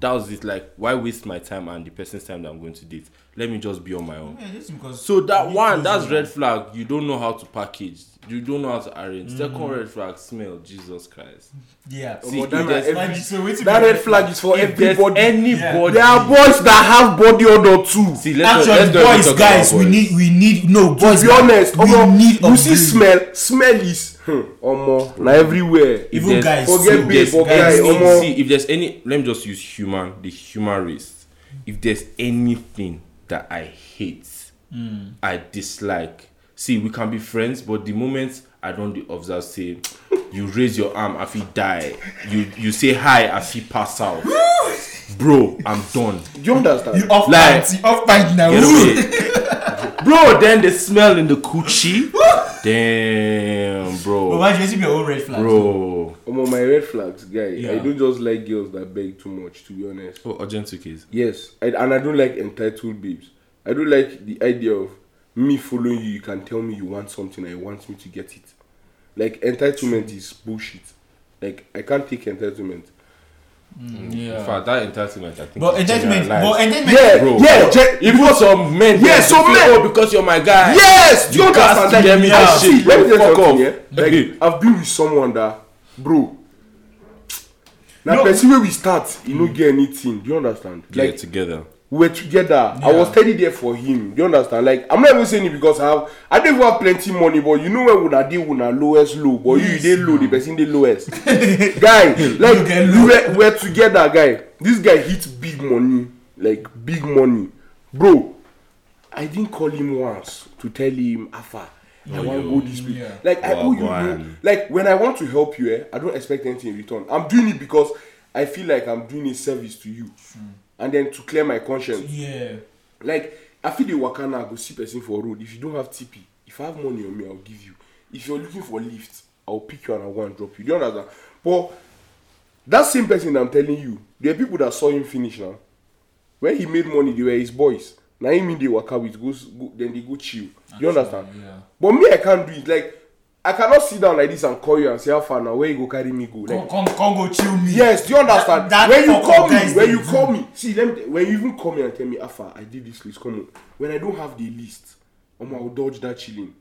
B: That was it. Like, why waste my time and the person's time that I'm going to date? Let me just be on my own.
A: Yeah, just because.
B: So that
A: you
B: one,
A: choose
B: that's
A: it.
B: red flag. You don't know how to package. You don't know how to arrange.
A: Mm-hmm.
B: Second red flag, smell. Jesus Christ.
A: Yeah.
B: See,
C: Omo, that
B: if
C: na
A: Like,
B: there's-
A: so wait till
C: That
A: we-
C: red flag is for
B: if there's
C: everybody.
B: anybody,
C: There are boys that have body odor too.
B: see, let's
A: Actually,
B: not- let's not even
A: boys,
B: talk
A: guys,
B: about
A: we
B: boys.
A: need, we need, no, boys,
C: To be honest,
A: we
C: omo,
A: need
C: you
A: a
C: see
A: breed.
C: smell, smell is, hmm, omo, na everywhere.
B: If
A: Even
B: there's-
A: guys,
C: forget
A: too.
C: babe,
B: there's
C: forget
A: guys,
B: anything-
C: omo.
B: see, if there's any let me just use human the human race if there's anything that i hate
A: Hmm.
B: i dislike see we can be friends but the moment i don't dey observe say you raise your arm i fit die you you say hi i fit pass out bro i'm done
C: Do you understand?
A: You off
B: Like-
A: like, you off pint now.
B: get away bro then the smell in the coochie damn
A: But
B: bro
A: why do you see your own red flag?
B: bro
C: Omo, my red flags, guy. I
A: Yeah.
C: don't just like girls that beg too much, to be honest.
B: oh urgent case
C: Yes, I, and I don't like entitled babes. I don't like the idea of me following you. You can tell me you want something, I want me to get it. Like entitlement is bullshit. Like I can't take entitlement.
B: in fact that entitlement i think
A: But
B: is
A: entitlement,
B: generalized.
A: but entitlement.
C: Yeah,
B: Bro.
C: yeah, gen-
B: Even though some men,
C: Yeah,
B: they
C: some
B: feel,
C: men-
B: "Oh, because you're my guy.
C: yes, do you
B: You
C: understand?
B: cast
C: Like,
B: them
C: I
B: out.
C: see. Let me tell you
B: Fuck
C: something.
B: off.
C: Yeah? Like I've been with someone that, bro. Now,
A: No.
C: person where we start, you don't get anything. Do you understand?
B: Like,
C: Like
B: together.
C: we're together. I was steady there for him. Do you understand? Like I'm not even saying it because I have I don't even have plenty money, but you know when would deal with our lowest low, but you, you did low, the person did lowest. guy, like
A: get
C: we
A: low.
C: were, we're together, guy. This guy hits big money, like big money, bro. I didn't call him once to tell him Afa. I want to go this way.
A: Oh, yeah.
C: Like I owe you,
B: Wagwan.
C: no- like when I want to help you, eh, I don't expect anything in return. I'm doing it because I feel like I'm doing a service to you, and then to clear my conscience.
A: Yeah.
C: Like, I feel the Wakana go see person for road. If you don't have TP, if I have money on me, I'll give you. If you're looking for lift, I'll pick you and I'll go and drop you. Do you understand? But that same person that I'm telling you, there are people that saw him finish now. When he made money, they were his boys. Now him in the waka with go, go then they go chill. you understand?
A: yeah.
C: But me, I can't do it. Like, I cannot sit down like this and call you and say, how far now? Where you go carry me go? Like,
A: Come, come, come go chill me.
C: Yes, do you understand?
A: That- that
C: when you
A: fuck
C: call
A: up
C: me,
A: guys
C: when
A: dey
C: you
A: do.
C: call me, see, let me, when you even call me and tell me, Alpha, I did this list, come on. When I don't have the list, um, I'll dodge that chilling.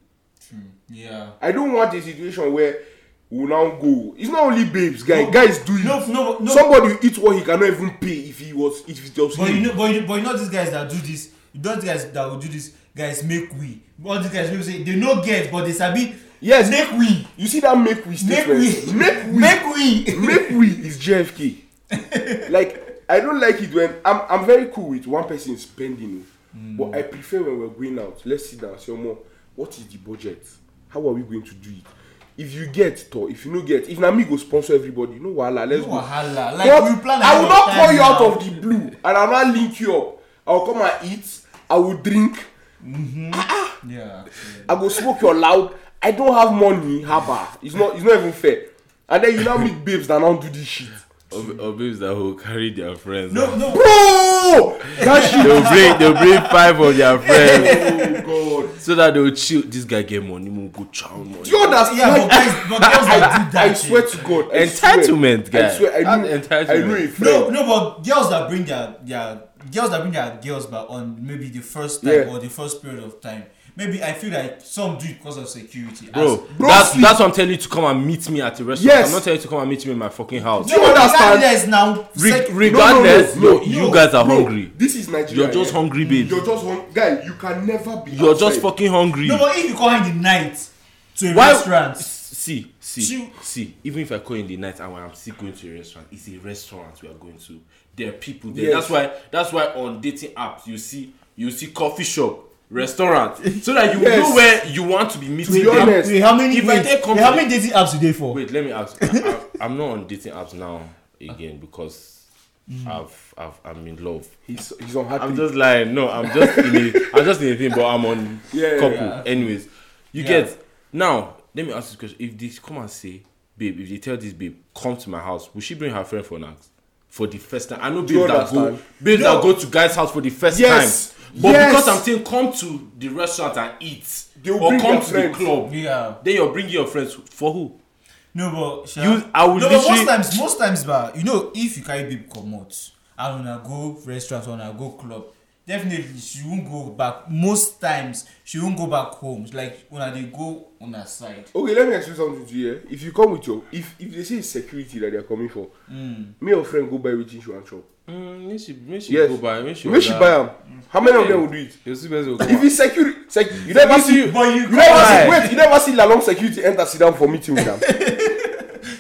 A: Yeah.
C: I don't want a situation where we now go. It's not only babes, guys. guys do it.
A: No, no, no.
C: Somebody will eat what he cannot even pay if he was, if it was
A: But you
C: him.
A: know, but you, but you know these guys that do this. You know these guys that will do this. Guys make we. All these guys will say they no get, but they sabi.
C: Yes.
A: Make we.
C: You see that make we
A: Make
C: statement?
A: we.
C: Make we.
A: Make we.
C: Make we is JFK. like I don't like it when I'm I'm very cool with one person spending,
A: Hmm.
C: mm. but I prefer when we're going out. Let's sit down. Say more. What is the budget? How are we going to do it? If you get, to, if you no get, if Nami go sponsor everybody, no wahala. Let's
A: No
C: go.
A: wahala. Like,
C: But
A: we plan
C: I will
A: ahead
C: not
A: of
C: call
A: time
C: you out
A: now.
C: of the blue, and I'll not link you up. I'll come and eat. I will drink.
A: Yeah.
C: I go smoke your loud. I don't have money, haba. It's not it's not even fair. And then you now meet babes that now do this shit.
B: Or, or babes that will carry their friends.
A: No, no.
C: Bro! Oh, That shit.
B: They'll bring they'll bring five of their friends
C: oh god.
B: so that they'll chill. This guy get money, we'll go chow money.
C: Do you understand?
A: Yeah, but
C: Like,
A: guys, but girls that do that.
C: I swear
A: shit.
C: to God. I
B: Entitlement,
C: swear,
B: guy.
C: I swear, I knew,
B: That's entitlement.
C: I knew a friend.
A: No, no, but girls that bring their their girls that bring their girls back on maybe the first time
C: Yeah.
A: or the first period of time. Maybe I feel like some do it because of security.
B: Bro,
A: As-
C: Bro,
B: that's,
C: sleep.
B: that's what I'm telling you to come and meet me at the restaurant.
C: Yes.
B: I'm not telling you to come and meet me in my fucking house.
C: you
A: no, but
C: understand?
A: regardless now.
B: Re-
A: sec-
B: regardless,
C: no, no, no,
B: you
A: no,
B: guys are
C: No,
B: hungry.
C: This is Nigeria.
B: You're just
C: yeah.
B: hungry, babe.
C: You're just hungry. Guy, you can never be.
B: You're just
C: outside.
B: fucking hungry.
A: no, but if you come in the night to a
B: Why-
A: restaurant,
B: See, see,
A: Chill.
B: see. Even if I call in the night and I'm still going to a restaurant, it's a restaurant we are going to. There are people there.
C: Yes.
B: That's why. That's why on dating apps you see you see coffee shop, restaurant, so that you
C: Yes.
B: know where you want to be meeting.
C: be
B: them.
C: honest,
A: wait, how many?
B: If I
A: wait,
B: take
A: wait,
B: company-
A: how many dating apps today for?
B: Wait, let me ask. I, I, I'm not on dating apps now again because I've, I've I'm in love.
C: He's, he's unhappy.
B: I'm just lying. No, I'm just in a, I'm just in a thing, but I'm on
C: Yeah, yeah,
B: couple.
A: yeah.
B: Anyways, you
A: Yeah.
B: get now. Let me ask this question: If this come and say, babe, if they tell this babe, come to my house, will she bring her friend for next for the first time? I know
C: you
B: babes that go,
C: understand?
B: babes
A: No.
B: that go to guys' house for the first
C: Yes.
B: time. But
C: Yes.
B: because I'm saying, come to the restaurant and eat,
C: They will
B: or
C: bring
B: come
C: their
B: to
C: friends.
B: the club.
A: Yeah.
B: Then you're bringing your friends for who?
A: No, but sha,
B: You- I would
A: no, but
B: literally-
A: most times, most times, but you know, if you carry babe commot, I wanna go restaurant, I wanna go club. Definitely, she won't go back. Most times, she won't go back home. Like when they go on her side.
C: Okay, let me explain something to you. eh. If you come with your, if if they say it's security that they're coming for, mm. me or friend go buy wetin she wan chop.
B: Mm, make she, make she
C: Yes.
B: go buy. Make she,
C: Make she
B: order.
C: buy am. How many of them will do it?
B: Your siblings will
C: If
B: come.
C: it's security, sec, you never
B: If
C: see,
B: you-
A: But you,
C: you never see.
B: Right.
C: Wait, you never see lalong security enter sit down for meeting with am.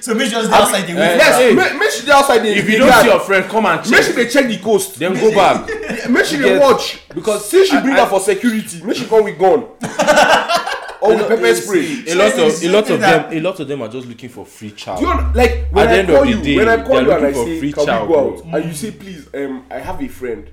A: so make sure it's outside the
B: eh,
A: window.
C: yes,
B: hey.
C: make, make she dey outside dey
B: If you
C: dey
B: don't
C: guard.
B: see your friend, come and
C: Make she
B: check.
C: dey check the coast.
B: Then go back.
C: Make she dey
B: Yes.
C: watch.
B: Because
C: since she
B: I-
C: bring
B: I-
C: am for security, make she come with gun or with pepper spray.
B: a lot of a lot of
A: Something that-
B: them a lot of them are just looking for free child.
C: Do you know, like
B: At
C: when
B: the
C: I
B: end of
C: call
B: the
C: you,
B: day,
C: when I
B: they
C: call
B: are
C: you and I
B: looking for
C: say,
B: free
C: "Can
B: child,
C: we go
B: bro."
C: out?" and you say, "Please, um, I have a friend.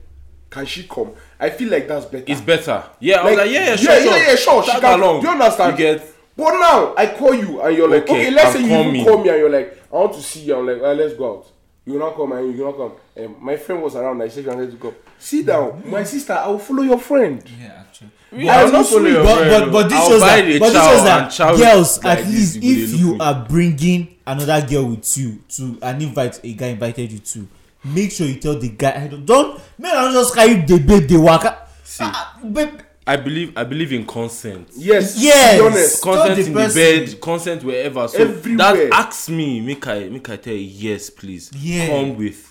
C: Can she come?" I feel like that's better.
B: it's better. Yeah, I was like, yeah, yeah, sure,
C: yeah,
B: sure,
C: yeah, yeah, sure. She
B: Tag
C: can.
B: along.
C: Do you understand?
B: You get
C: But now I call you and you're like,
B: Okay,
C: "Okay, let's
B: I'm
C: say you even
B: coming.
C: call me and you're like, I want to see you." I'm like, "Alright, "Let's go out." You not come and you not come. Um, my friend was around. I said, "You wanted to come." Sit down, my sister. I will follow your friend.
B: eh.
A: Yeah, actually.
B: Yeah, I'll not follow your
A: But,
B: friend,
A: but, but this
B: I'll
A: shows
B: buy
A: that,
B: the
A: but this
B: chow
A: shows
B: and
A: that
B: chow
A: girls,
B: like
A: at least
B: this, you go dey
A: if
B: look
A: you
B: me.
A: are bringing another girl with you to an invite a guy invited you to, make sure you tell the guy. I don't, don't men are not just carry the babe they waka.
B: See.
A: Ah, babe,
B: I believe I believe in consent.
C: Yes,
A: Yes.
C: Be honest.
A: Tell
B: Consent
A: the
B: in
A: person.
B: the bed, consent wherever. So
C: Everywhere.
B: that asks me, make I make I tell you yes, please.
A: Yeah.
B: Come with.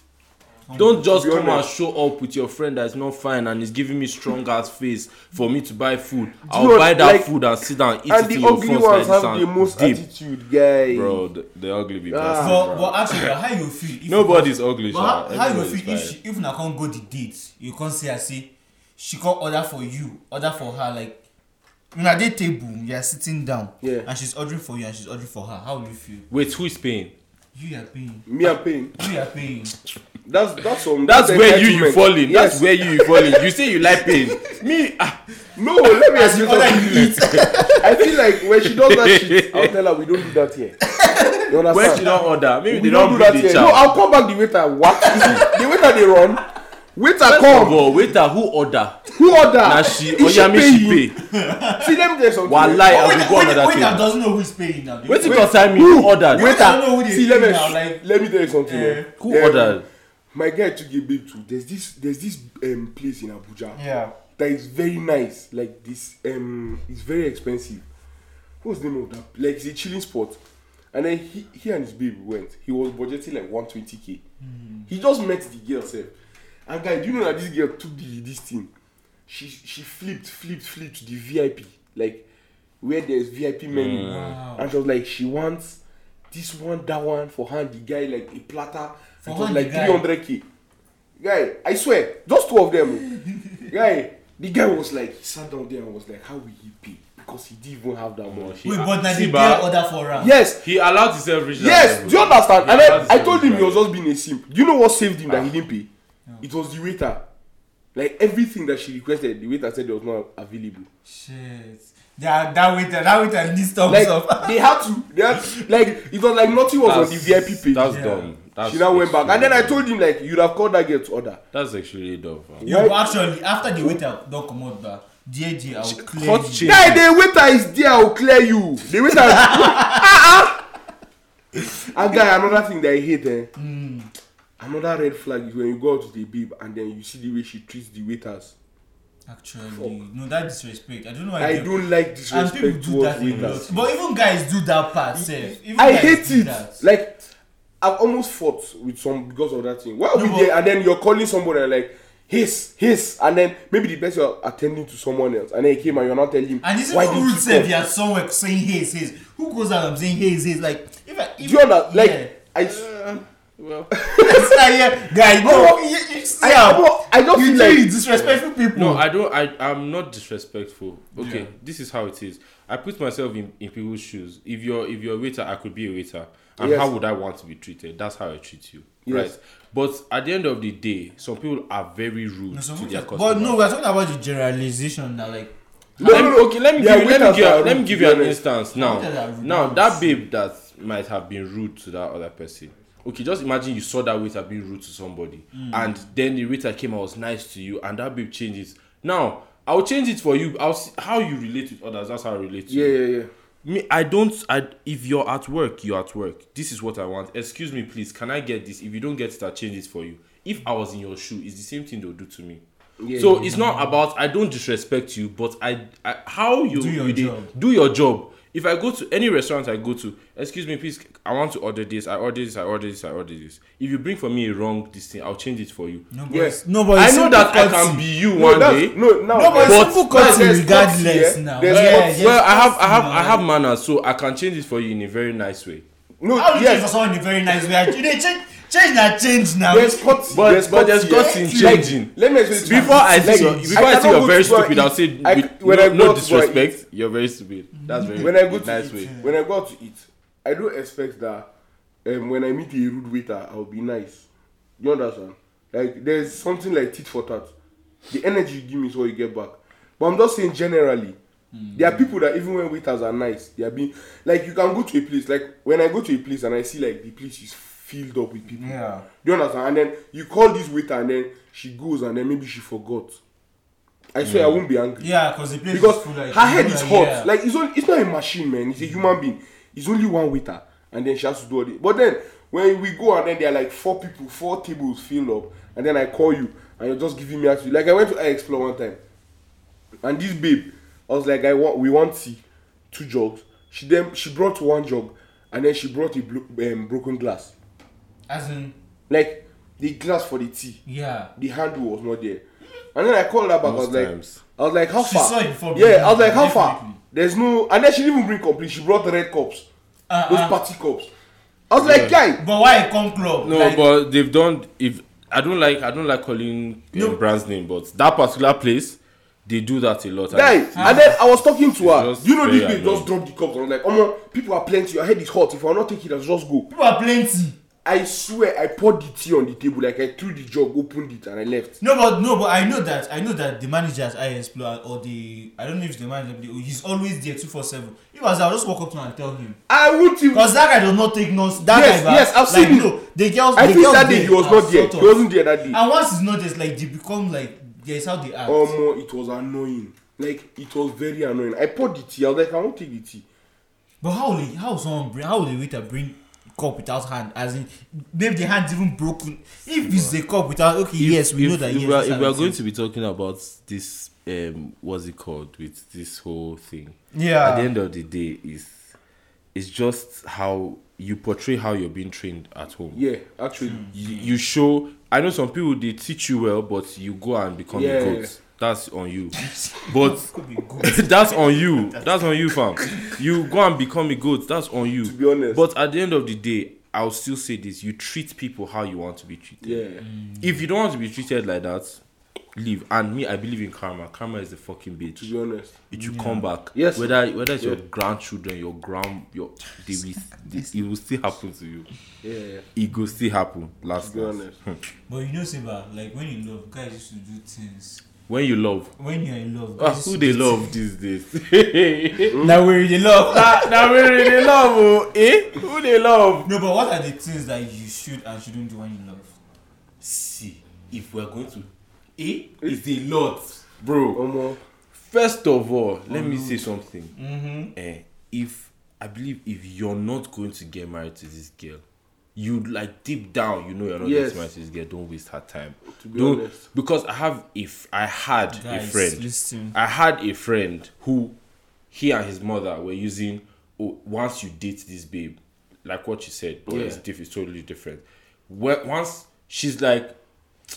B: Don't just
C: Be
B: come and
C: honest.
B: show up with your friend that's not fine and is giving me strong ass face for me to buy food.
C: know,
B: I'll buy that
C: like,
B: food and sit down, eat it
C: And
B: in
C: the
B: your
C: ugly
B: front
C: ones
B: like
C: have
B: this
C: the
B: and
C: most
B: dip.
C: attitude, guy.
B: Bro, the, the ugly be
C: Ah.
B: blasted.
A: But, but actually, but how you go feel? if-
B: Nobody's ugly.
A: But
B: sha.
A: how, how you go
B: Everybody's
A: feel if
B: fine.
A: she, if una can't go the date, you can't say I say she can't order for you, order for her like. Una dey table, you are sitting down,
C: Yeah.
A: and she's ordering for you and she's ordering for her. How will you feel?
B: Wait, who is paying?
A: You are paying.
C: Me and pain.
A: You are paying.
C: That's that's some.
B: That's where you you
C: entitlement.
B: fall in. That's
C: Yes.
B: where you you fall in. You say you like pain. Me, ah,
C: No, let me
A: As you
C: explain
A: order,
C: something.
A: you eat.
C: I feel like when she does that shit, I'll tell her we don't do that here. You understand?
B: when she don't order, maybe they
C: we
B: don't bring the
C: No,
B: child.
C: I'll call back the waiter. What? the waiter they run. Waiter
B: First of
C: come. Ah,
B: all, waiter, who order?
C: Who order?
B: Na she,
C: Is
B: Oyami
C: paying?
B: she pay.
C: See, let me tell you something.
B: Wallahi,
A: But
B: I
A: wait,
B: will go
A: wait,
B: another
A: wait, that
B: table.
A: doesn't know who's paying now.
B: Wait till
C: Wait,
B: concern me, who ordered?
A: wait. I don't know who
C: Waiter.
A: they
C: See, let me
A: pay now, like-
C: let me tell you something.
A: Eh.
C: eh.
B: Who ordered?
C: My guy took a big too. There's this there's this um place in Abuja.
A: Yeah.
C: that is very nice. Like this, um, it's very expensive. What's the name of that? Like it's a chilling spot. And then he, he and his baby went. He was budgeting like 120k.
A: Hmm.
C: He just met the girl self. And guy, do you know that this girl took the this thing? She she flipped, flipped, flipped the VIP. Like where there's VIP menu.
A: Wow.
C: And she was like, she wants this one, that one for her, and the guy like a platter.
A: For
C: it
A: her
C: was
A: and the
C: like
A: guy.
C: 300k. Guy, I swear, those two of them. oh. guy, the guy was like, he sat down there and was like, how will he pay? Because he didn't even have
B: Oh,
C: that much.
A: Wait, but na
B: See,
A: dey
B: ba-
A: bear order for round.
C: Yes,
B: He allowed himself reach that
C: Yes,
B: level.
C: do you understand?
B: He
C: and
B: allowed
C: then I
B: himself
C: told
B: reach
C: him he
B: that
C: was
B: level.
C: just being a simp. Do you know what saved him that
B: Ah.
C: he didn't pay? It was the waiter. Like everything that she requested, the waiter said it was not available.
A: Shit. Yeah, that waiter, that waiter needs thumbs
C: Like
A: up.
C: they had to, they had to, like it was like nothing was on the
B: That's-
C: VIP page.
B: That's
A: Yeah.
B: dumb. That's
C: she now went back, and then I
B: extremely
C: told him like you'd have called that girl to order.
B: dumb. That's extremely dumb. fam.
A: Yo, but actually, after the waiter don comot ba, JJ, I will clear
B: hot
A: you.
B: chick.
C: Guy, the waiter is there. I'll clear you. The waiter. ah ah. And guy, another thing that I hate, eh?
A: Hmm.
C: Another red flag is when you go out with a babe and then you see the way she treats the waiters.
A: Actually, no, that disrespect. I don't know why.
C: I
A: they-
C: don't like
A: And people
C: disrespect
A: do
C: towards
A: that a lot.
C: waiters.
A: But even guys do that part, sef. Even
C: I
A: guys
C: hate
A: do
C: it.
A: that.
C: Like, I've almost fought with some because of that thing. Why are
A: No,
C: we
A: but-
C: there and then you're calling somebody and like, his, his, and then maybe the person you're attending to someone else, and then he came and you're not telling him.
A: And it's
C: why
A: even
C: didn't
A: rude
C: you
A: sef
C: come?"
A: you are somewhere saying haze haze. Who goes out and saying haze haze? Like if I
C: Do
A: if
C: you understand? Like,
A: yeah.
C: I,
B: Well,
A: Yes, I Oh, yeah. guy, no, you, you see oh,
C: I,
A: how
C: but I don't
A: you
C: feel
A: deal
C: like.
A: with disrespectful people.
B: no, I don't. I I'm not disrespectful. Okay,
A: Yeah.
B: this is how it is. I put myself in, in people's shoes. If you're if you're a waiter, I could be a waiter. And
C: Yes.
B: how would I want to be treated? That's how I treat you,
C: Yes.
B: right? But at the end of the day, some people are very rude
A: No, some
B: to
A: people
B: their
A: are-
B: customers.
A: but no, we're talking about the generalization now. Like
C: No,
B: Let
C: no,
B: me-
C: no.
B: okay, let me
C: There
B: give you,
C: are
B: let me
C: waiters
B: give,
C: that are
B: let me
C: rude,
B: give
C: to
B: you
C: be
B: an
C: honest.
B: instance now.
A: Waiters are rude,
B: Now
A: yes.
B: that babe that might have been rude to that other person. Okay, just imagine you saw that waiter being rude to somebody, and then the waiter came and was nice to you, and that babe changes. Now I'll change it for you. I'll see how you relate with others. That's how I relate to
C: Yeah,
B: you.
C: yeah, yeah.
B: Me, I don't. I if you're at work, you're at work. This is what I want. Excuse me, please. Can I get this? If you don't get it, I'll change it for you. If I was in your shoe, it's the same thing they'll do to me.
C: Yeah,
B: so it's not about I don't disrespect you, but I, I how you
A: Do your
B: you dey-
A: job.
B: do your job. If I go to any restaurant I go to, excuse me, please. I want to order this. I order this. I order this. I order this. If you bring for me a wrong this thing, I'll change it for you.
A: no, but
C: Yes.
A: it's- no, but
B: I
A: it's
B: know
A: simple
B: that I
A: courtesy.
B: can be you
C: No,
B: one
C: that's-
B: day.
C: no, now,
A: No, but,
B: But-
A: it's simple
C: but
A: courtesy
C: there's courtesy,
A: regardless
C: yeah.
A: now.
C: There's
A: Yeah,
C: courtesy.
A: yes,
B: well, I have I
A: courtesy
B: have
A: now.
B: I have manners, so I can change it for you in a very nice way.
C: No,
A: How do you change for
C: yes,
A: someone in a very nice way? You dey change, change na change now.
C: there's cuts,
B: But- but there's
C: cuts,
B: cuts
C: yeah.
B: in
C: Like,
B: changing.
C: Let me explain. to you.
B: Before I think you're, before I
C: cannot
B: think
C: go
B: you're very
C: to go and
B: stupid, I'll
C: eat.
B: say
C: I-
B: with
C: when
B: no,
C: I
B: no
C: go to go and
B: disrespect. You're very stupid. That's very
C: when I go to
B: nice
C: eat,
B: way.
C: when I go out to eat, I don't expect that um, when I meet a rude waiter, I'll be nice. You understand? Like there's something like tit for tat. The energy you give me is what you get back. But I'm just saying generally,
B: Hmm.
C: there are people that even when waiters are nice, they are being like you can go to a place like when I go to a place and I see like the place is filled up with people.
A: Yeah.
C: Do you understand? And then you call this waiter and then she goes and then maybe she forgot. I swear I won't be angry
A: Yeah, because the place is
C: because
A: full like
C: her head is hot.
A: Yeah.
C: Like it's only, it's not a machine, man. It's a human being. It's only one waiter, and then she has to do all it. But then when we go and then there are like four people, four tables filled up, and then I call you and you're just giving me attitude. Like I went to I explore one time, and this babe, I was like, I want we want tea, two jugs. She then she brought one jug, and then she brought a blo- um, broken glass,
A: as in
C: like the glass for the tea.
A: yeah.
C: The handle was not there, and then I called her back. I
B: Most
C: was like.
B: times.
C: I was like, how
A: She
C: far?
A: saw it before
C: yeah,
A: bringing
C: I was like,
A: it,
C: how far?
A: definitely.
C: There's no, and then she didn't even bring complete. She brought red cups,
A: Uh,
C: those
A: uh,
C: party cups. I was like, guy,
A: but why a com club?
B: No,
A: like,
B: but they've done. If I don't like, I don't like calling uh,
A: No.
B: brand's name, but that particular place, they do that a lot.
C: guy.
B: And-
A: Uh-huh.
C: And then I was talking to her.
B: just
C: You know, this
B: very
C: babe
B: annoying.
C: just dropped the cups. I was like, oh people are plenty. Your head is hot. If I'm not taking it, I'll just go.
A: people are plenty.
C: I swear, I poured the tea on the table. Like I threw the jug, opened it, and I left.
A: No, but no, but I know that I know that the managers I explore or the I don't know if the manager but he's always there two four seven. If I was I'll just walk up to him and tell him
C: I won't even.
A: because that guy does not take nonsense. That
C: Yes,
A: guy,
C: yes, I've
A: like,
C: seen
A: No, the girls.
C: I
A: the
C: think
A: girls
C: that day
A: there
C: he was
A: are
C: not there.
A: sort of-
C: He wasn't there that day.
A: And once he's not there, it's like they become like there's how they act.
C: Um, uh, it was annoying. Like it was very annoying. I poured the tea. I was like, I won't take the tea.
A: But how will he, how will someone bring how will the waiter bring cup without hand? As in maybe the hand's even broken. If it's a cup without okay, yes, we know that
B: if
A: yes.
B: we are,
A: these
B: if we are
A: the
B: going
A: things.
B: to be talking about this, um, what's it called with this whole thing?
A: Yeah.
B: At the end of the day, is it's just how you portray how you're being trained at home.
C: Yeah, actually.
A: Hmm.
B: You, you show. I know some people they teach you well, but you go and become
C: Yeah,
B: a goat. that's on you. But
A: Could be good.
B: that's on you. That's on you, fam. You go and become a goat. That's on you.
C: To be honest.
B: But at the end of the day, I'll still say this: you treat people how you want to be treated.
C: Yeah.
A: Hmm.
B: If you don't want to be treated like that, leave. And me, I believe in karma. Karma is the fucking bitch.
C: To be honest.
B: it will come back.
C: Yes.
B: Whether whether it's your
C: Yeah.
B: grandchildren, your grand, your they will, they, it will still happen to you.
C: Yeah.
B: It will still happen. Last Hmm.
C: To be
B: last.
A: But you know, Seba, like when you love, guys used to do things.
B: When you love,
A: When you're in love,
B: ah,
A: guys
B: who
A: used to
B: they
A: do
B: love these days?
A: things- Now we're in love.
B: now, now we really love, oh, eh? Who they love?
A: No, but what are the things that you should and shouldn't do when you love?
B: See, if we're going to, eh, it's a lot, bro. Oh,
C: Omo.
B: Um, First of all, let me say something.
A: Mm-hmm.
B: eh, if I believe if you're not going to get married to this girl, you like deep down, you know you're not
C: Yes.
B: getting married to this girl. Don't waste her time.
C: To be
B: Don't-
C: honest.
B: because I have if I had a
A: Guys,
B: friend,
A: listen.
B: I had a friend who he and his mother were using. Oh, once you date this babe, like what you said, but it's
C: Yeah.
B: diff- it's totally different. Where, once she's like,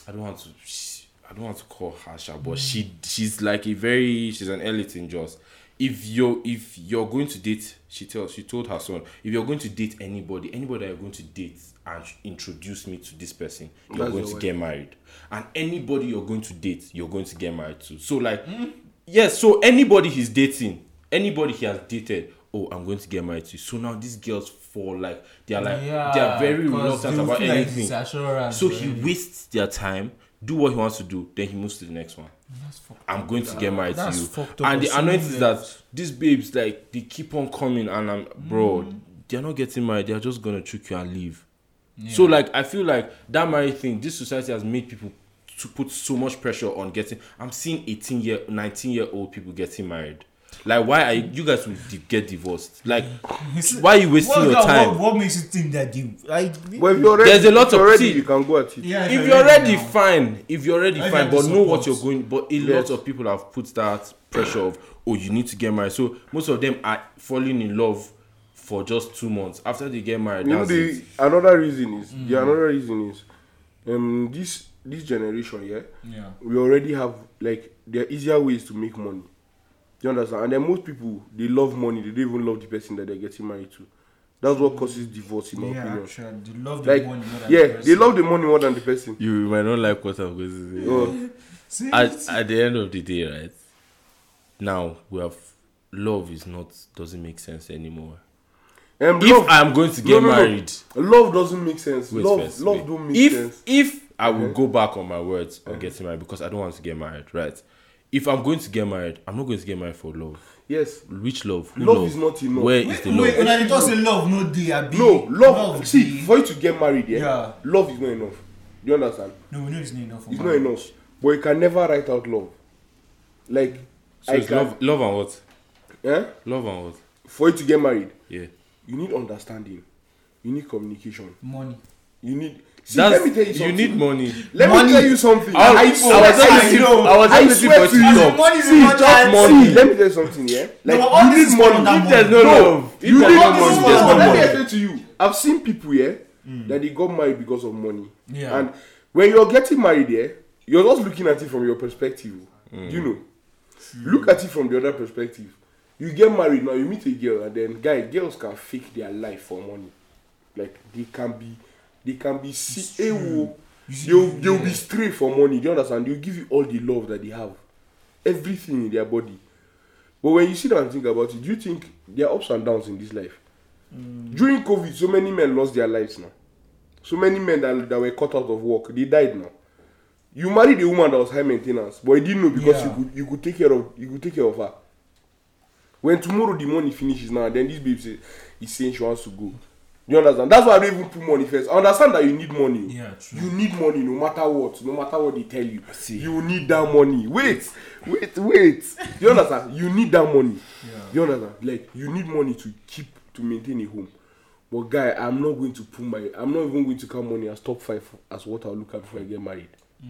B: I don't want to. sh I don't want to call her sha, but she she's like a very she's an elite in just. If you're if you're going to date, she tells she told her son, if you're going to date anybody, anybody you're going to date and introduce me to this person, you're
C: That's
B: going
C: your
B: to
C: way.
B: get married. And anybody you're going to date, you're going to get married to. So like
A: Hmm?
B: yes, so anybody he's dating, anybody he has dated, oh I'm going to get married to. So now these girls fall like they are like they are very
A: 'cause
B: reluctant
A: they will
B: about
A: feel like
B: anything.
A: it's assurance, eh?
B: So
A: right?
B: he wastes their time, do what he wants to do, then he moves to the next one.
A: That's fucked
B: I'm going to get married to
A: That's
B: you.
A: fucked up
B: And the
A: on so many
B: annoyance is that these babes, like, they keep on coming, and I'm, bro,
A: Hmm.
B: they're not getting married. They're just going to trick you and leave. So, like, I feel like that marriage thing, this society has made people to put so much pressure on getting. I'm seeing 18 year, 19 year old people getting married. Like, why are you, you guys will di- get divorced? Like, why are you wasting
A: Well,
B: your
A: now,
B: time?
A: What, what makes you think that you like?
C: Well, if you're ready,
B: There's a lot
C: if you're
B: of-
C: ready.
B: see-
C: You can go at it.
A: yeah,
B: if you're ready,
A: now.
B: fine. If you're ready,
A: If you
B: fine.
A: have the
B: But know what
A: support.
B: you're going. But a
C: Yes.
B: lot of people have put that pressure of, oh, you need to get married. So most of them are falling in love for just two months after they get married.
C: you know
B: That's
C: the
B: it. Mm.
C: another reason is the another reason is um this this generation yeah
A: Yeah.
C: we already have like there are easier ways to make money you understand and then most people they love money they don't even love the person that they're getting married to that's what causes divorce in my
A: Yeah,
C: opinion
A: actually, they love the
C: like
A: money more than
C: yeah
A: the person.
C: they love the money more than the person
B: You might not like what I'm going to say.
C: Oh,
A: See?
B: At, at the end of the day, right? Now we have love is not doesn't make sense anymore.
C: um,
B: If I'm going to
C: no,
B: get
C: no, no.
B: married,
C: love doesn't make sense
B: Wait
C: love
B: first,
C: love
B: wait.
C: don't make
B: if,
C: sense
B: If I will go back on my words on getting married because I don't want to get married, right? If I'm going to get married, I'm not going to get married for love.
C: yes
B: Which love? Who
C: Love is not enough.
B: Where is the love?
A: Wait, una dey talk say love no dey abi?
C: no love, see
A: dey.
C: for you to get married yeah,
A: Yeah. Oh
C: love is not enough you understand
A: No, we know it's not enough. for
C: it's not
A: marriage.
C: enough but you can never write out love like
B: so
C: i
B: it's
C: can
B: love, love and what?
C: eh?
B: Love and what?
C: for you to get married
B: Yeah.
C: you need understanding you need communication
A: Money.
C: you need see
B: That's,
C: let me tell you something
B: need money.
C: let
A: Money.
C: me tell you something
B: I,
C: i
B: I,
C: swear
B: was
A: I
B: just
A: know.
B: listening- I was
C: I
B: just listening
C: swear
B: for
C: to
B: you to
C: you.
B: talk.
A: Money is
C: See,
A: important.
C: just
B: money.
C: see, let me tell you something yeah
A: No,
C: like
A: but all
C: you
A: this
C: need
A: is
C: money
A: on that
B: If there's no
A: money.
B: love, if
C: you
B: there's
C: need
B: no
A: all
B: money,
A: this
B: there's
A: is
B: no
A: on
C: let me
B: money.
C: explain to you Hmm. i've seen people yeah that they got married because of money
A: Yeah.
C: and when you're getting married yeah you're not looking at it from your perspective you know look at it from the other perspective you get married now you meet a girl and then guy girls can fake their life for money like they can be they can be si ewo they'll, they'll be stray for money do you understand they'll give you all the love that they have everything in their body but when you sit down and think about it do you think there are ups and downs in this life during covid so many men lost their lives now so many men that, that were cut out of work they died now you married a woman that was high maintenance but you didn't know because
A: Yeah.
C: you could you could take care of you could take care of her when tomorrow the money finishes now then this babe say he's saying she wants to go you understand that's why i don't even put money first i understand that you need money
A: Yeah, true.
C: you need money no matter what no matter what they tell you See. you need that money wait wait wait you understand you need that money
A: Yeah.
C: you understand like you need money to keep to maintain a home but guy i'm not going to put my i'm not even going to count money as top five as what i'll look at before i get married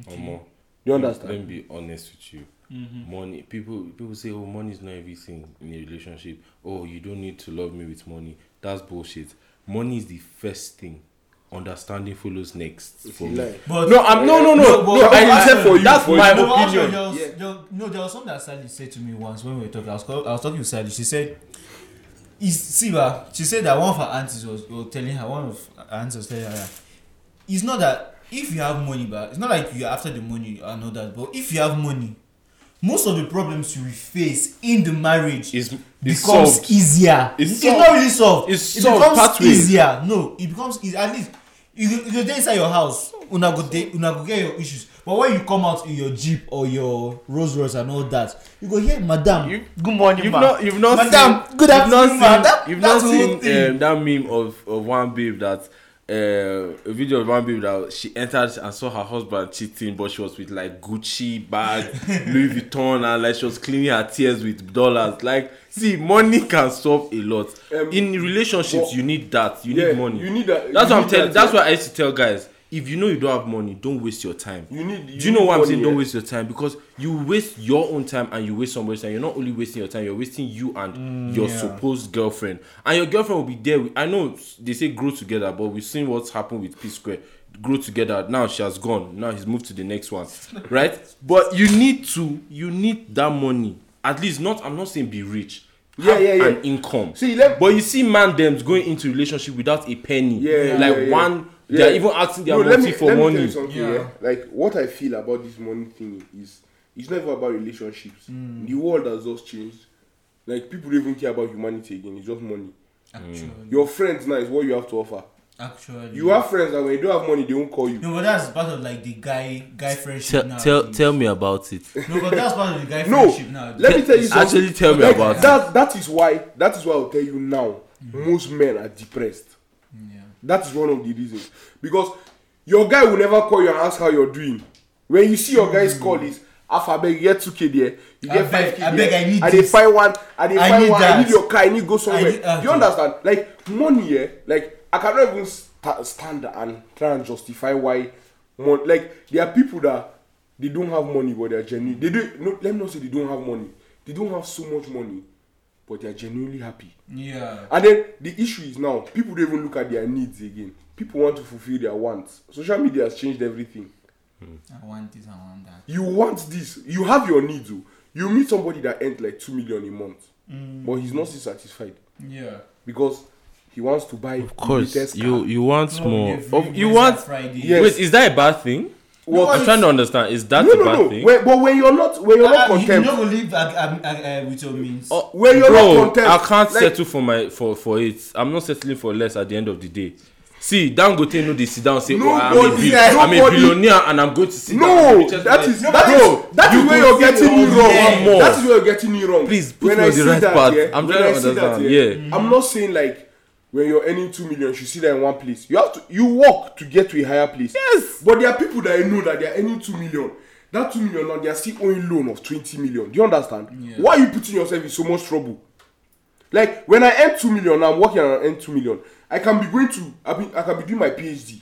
B: Omo,
C: you
B: let-
C: understand
B: Let me be honest with you. Money. People people say, oh, money is not everything in a relationship. Oh, you don't need to love me with money. That's bullshit. Money is the first thing understanding follows next. For me.
C: Like,
A: But
B: No, I'm no, no, no.
A: No, but-
B: no I
A: but-
B: said for you.
C: that's
B: for
C: my
B: you.
A: No, actually,
B: opinion.
A: there was,
C: Yeah.
A: there, no, there was something that Sally said to me once when we were talking. I was, call, I was talking with Sally. She said, is, Siva, she said that one of her aunties was, was telling her, one of her aunties was telling her that it's not that if you have money, but it's not like you're after the money and all that, but if you have money, most of the problems you will face in the marriage
B: It's- it's
A: becomes
B: solved.
A: easier.
B: It's
A: it's not
B: solved.
A: really solved.
B: It's
A: it
B: solved
A: becomes
B: pathway.
A: easier. No, it becomes easy. At least you go- you go dey inside your house, una go dey, una go get your issues. But when you come out in your jeep or your Rolls Royce and all that, you go hear, madam.
B: You-
A: good morning,
B: You've
A: ma.
B: not, you've not
A: madam.
B: seen,
A: good afternoon,
B: you've
A: ma.
B: not seen,
A: That,
B: you've
A: that
B: not
A: whole
B: seen
A: thing.
B: um, that meme of, of one babe that uh, a video of one babe that she entered and saw her husband cheating, but she was with like Gucci bag, Louis Vuitton, and like she was cleaning her tears with dollars. Like, see, money can solve a lot
C: Um,
B: in relationships.
C: but-
B: you need that. You
C: Yeah,
B: need money.
C: you need that-
B: That's
C: you
B: what I'm
C: need
B: telling.
C: that,
B: that's
C: yeah.
B: why I used to tell guys. If you know you don't have money, don't waste your time.
C: You need- you
B: Do you know
C: need
B: what I'm
C: money,
B: saying? Don't
C: yeah.
B: waste waste your time because you waste your own time and you waste somebody's time. You're not only wasting your time, you're wasting you and
C: Mm,
B: your
A: yeah.
B: supposed girlfriend. And your girlfriend will be there. With, I know they say grow together, but we've seen what's happened with P Square. Grow together. Now she has gone. Now he's moved to the next one, right? But you need to. You need that money. At least not. I'm not saying be rich.
C: Yeah,
B: Have
C: yeah, yeah.
B: An income.
C: See, let-
B: but you see, man, them's going into relationship without a penny.
C: Yeah,
B: like
C: yeah, yeah.
B: one.
C: Yeah.
B: They're even asking their
C: No, let
B: auntie
C: me-
B: for
C: let me tell
B: money.
C: you something,
A: Yeah.
C: yeah. Like what I feel about this money thing is it's not even about relationships. The world has just changed. Like people don't even care about humanity again. It's just money.
A: Actually,
B: um,
C: Your friends now is what you have to offer.
A: actually.
C: You have friends that when you don't have money, they won't call you.
A: No, but that's part of like the guy guy friendship
B: Tell,
A: now.
B: tell, tell me about it.
A: No, but that's part of the guy
C: No,
A: friendship now.
C: let me tell you something.
B: Actually, tell me
C: Like,
B: about it.
C: that. That is why. That is why I'll tell you now. Most men are depressed.
A: Mm. Yeah.
C: That is one of the reasons because your guy will never call you and ask how you're doing. When you see your guy's call is, "Alpha, I beg you get two k there, you
A: Mm. I
C: get
A: beg-
C: five k
A: I
C: there,
A: beg I need
C: I dey
A: this.
C: find one, I dey
A: I
C: find
A: need
C: one, I
A: that.
C: need your car, I need go somewhere."
A: need- uh,
C: Do you understand? Like money, eh? Like I cannot even sta- stand and try and justify why. Mon- like there are people that they don't have money but they're genuine. They do. No, let me not say they don't have money. They don't have so much money, but they're genuinely happy.
A: Yeah.
C: And then the issue is now people don't even look at their needs again. People want to fulfill their wants. Social media has changed everything.
A: I want this, I want that.
C: You want this. You have your needs. oh. You meet somebody that earns like two million a month, but he's not still satisfied
A: Yeah.
C: because he wants to buy
B: Of course,
C: latest
B: you
C: car.
B: you want
A: No,
B: more.
A: every
B: Of, you
A: Wednesday,
B: want.
A: Friday.
C: Yes.
B: Wait, is that a bad thing?
C: What?
B: I'm trying to understand. Is that
C: No,
B: a bad
C: no, no.
B: thing?
C: When, but when you're not, when you're
A: Ah,
C: not
A: ah, you
C: content,
A: no go live ag- ag- ag- uh, with your means.
B: Oh,
C: when you're
B: Bro,
C: not content,
B: I can't
C: like,
B: settle for my for for it. I'm not settling for less at the end of the day. See, Dangote know they sit down and say, oh, I'm, a,
C: Nobody-
B: bill- I'm a
C: nobody-
B: billionaire and I'm going to sit down. and
C: No,
B: be just
C: that
B: like-
C: is that is that is
B: you
C: where
B: could say
C: you're getting
B: all
C: me wrong.
B: day more.
C: That is where you're getting me wrong.
B: Please, put me on the
C: see
B: right path. I'm
C: when
B: trying
C: I
B: to
C: see that,
B: understand,
C: yeah,
B: yeah.
C: I'm not saying like when you're earning two million, you should see that in one place. You have to you work to get to a higher place.
B: Yes.
C: But there are people that I know that they are earning two million. That two million now they are still owing loan of twenty million. Do you understand?
A: Yeah.
C: Why are you putting yourself in so much trouble? Like when I earn two million, now I'm working and I earn two million. I can be going to I, be, I can be doing my PhD,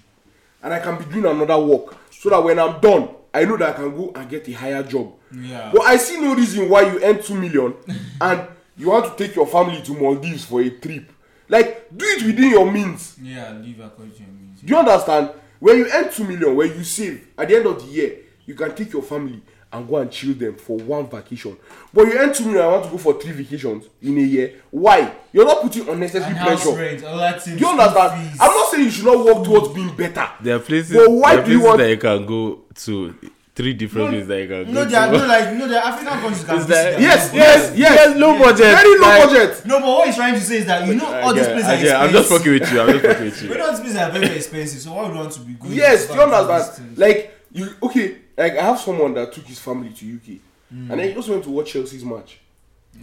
C: and I can be doing another work, so that when I'm done, I know that I can go and get a higher job.
A: Yeah.
C: But I see no reason why you earn two million and you want to take your family to Maldives for a trip. Like do it within your means.
A: Yeah, live according to your means.
C: Do you understand? When you earn two million, when you save at the end of the year, you can take your family and go and chill them for one vacation. But you earn two million, I want to go for three vacations in a year. Why? You're not putting unnecessary
A: And house
C: pressure.
A: rent, all that thing.
C: Do you
A: school
C: understand?
A: fees.
C: I'm not saying you should not work towards being better.
B: There are places,
C: But why
B: there are
C: do you
B: places
C: want-
B: that you can go to. Three different ways that you can
A: No,
B: go
A: they are
B: to.
A: no like no, the African countries can
B: It's
A: visit
B: like-
A: them.
C: Yes,
A: No,
C: yes, yes,
B: low budget,
C: Very low
B: like-
C: budget.
A: No, but what he's trying to say is that you know all these
B: Yeah,
A: places
B: I
A: are
B: get-
A: expensive.
B: I'm just fucking with you. I'm just fucking with
A: We
B: you.
A: know these places are very expensive, so why would we want to be good?
C: Yes, do you understand? Like you okay, like I have someone that took his family to UK
A: Hmm.
C: and then he just went to watch Chelsea's match.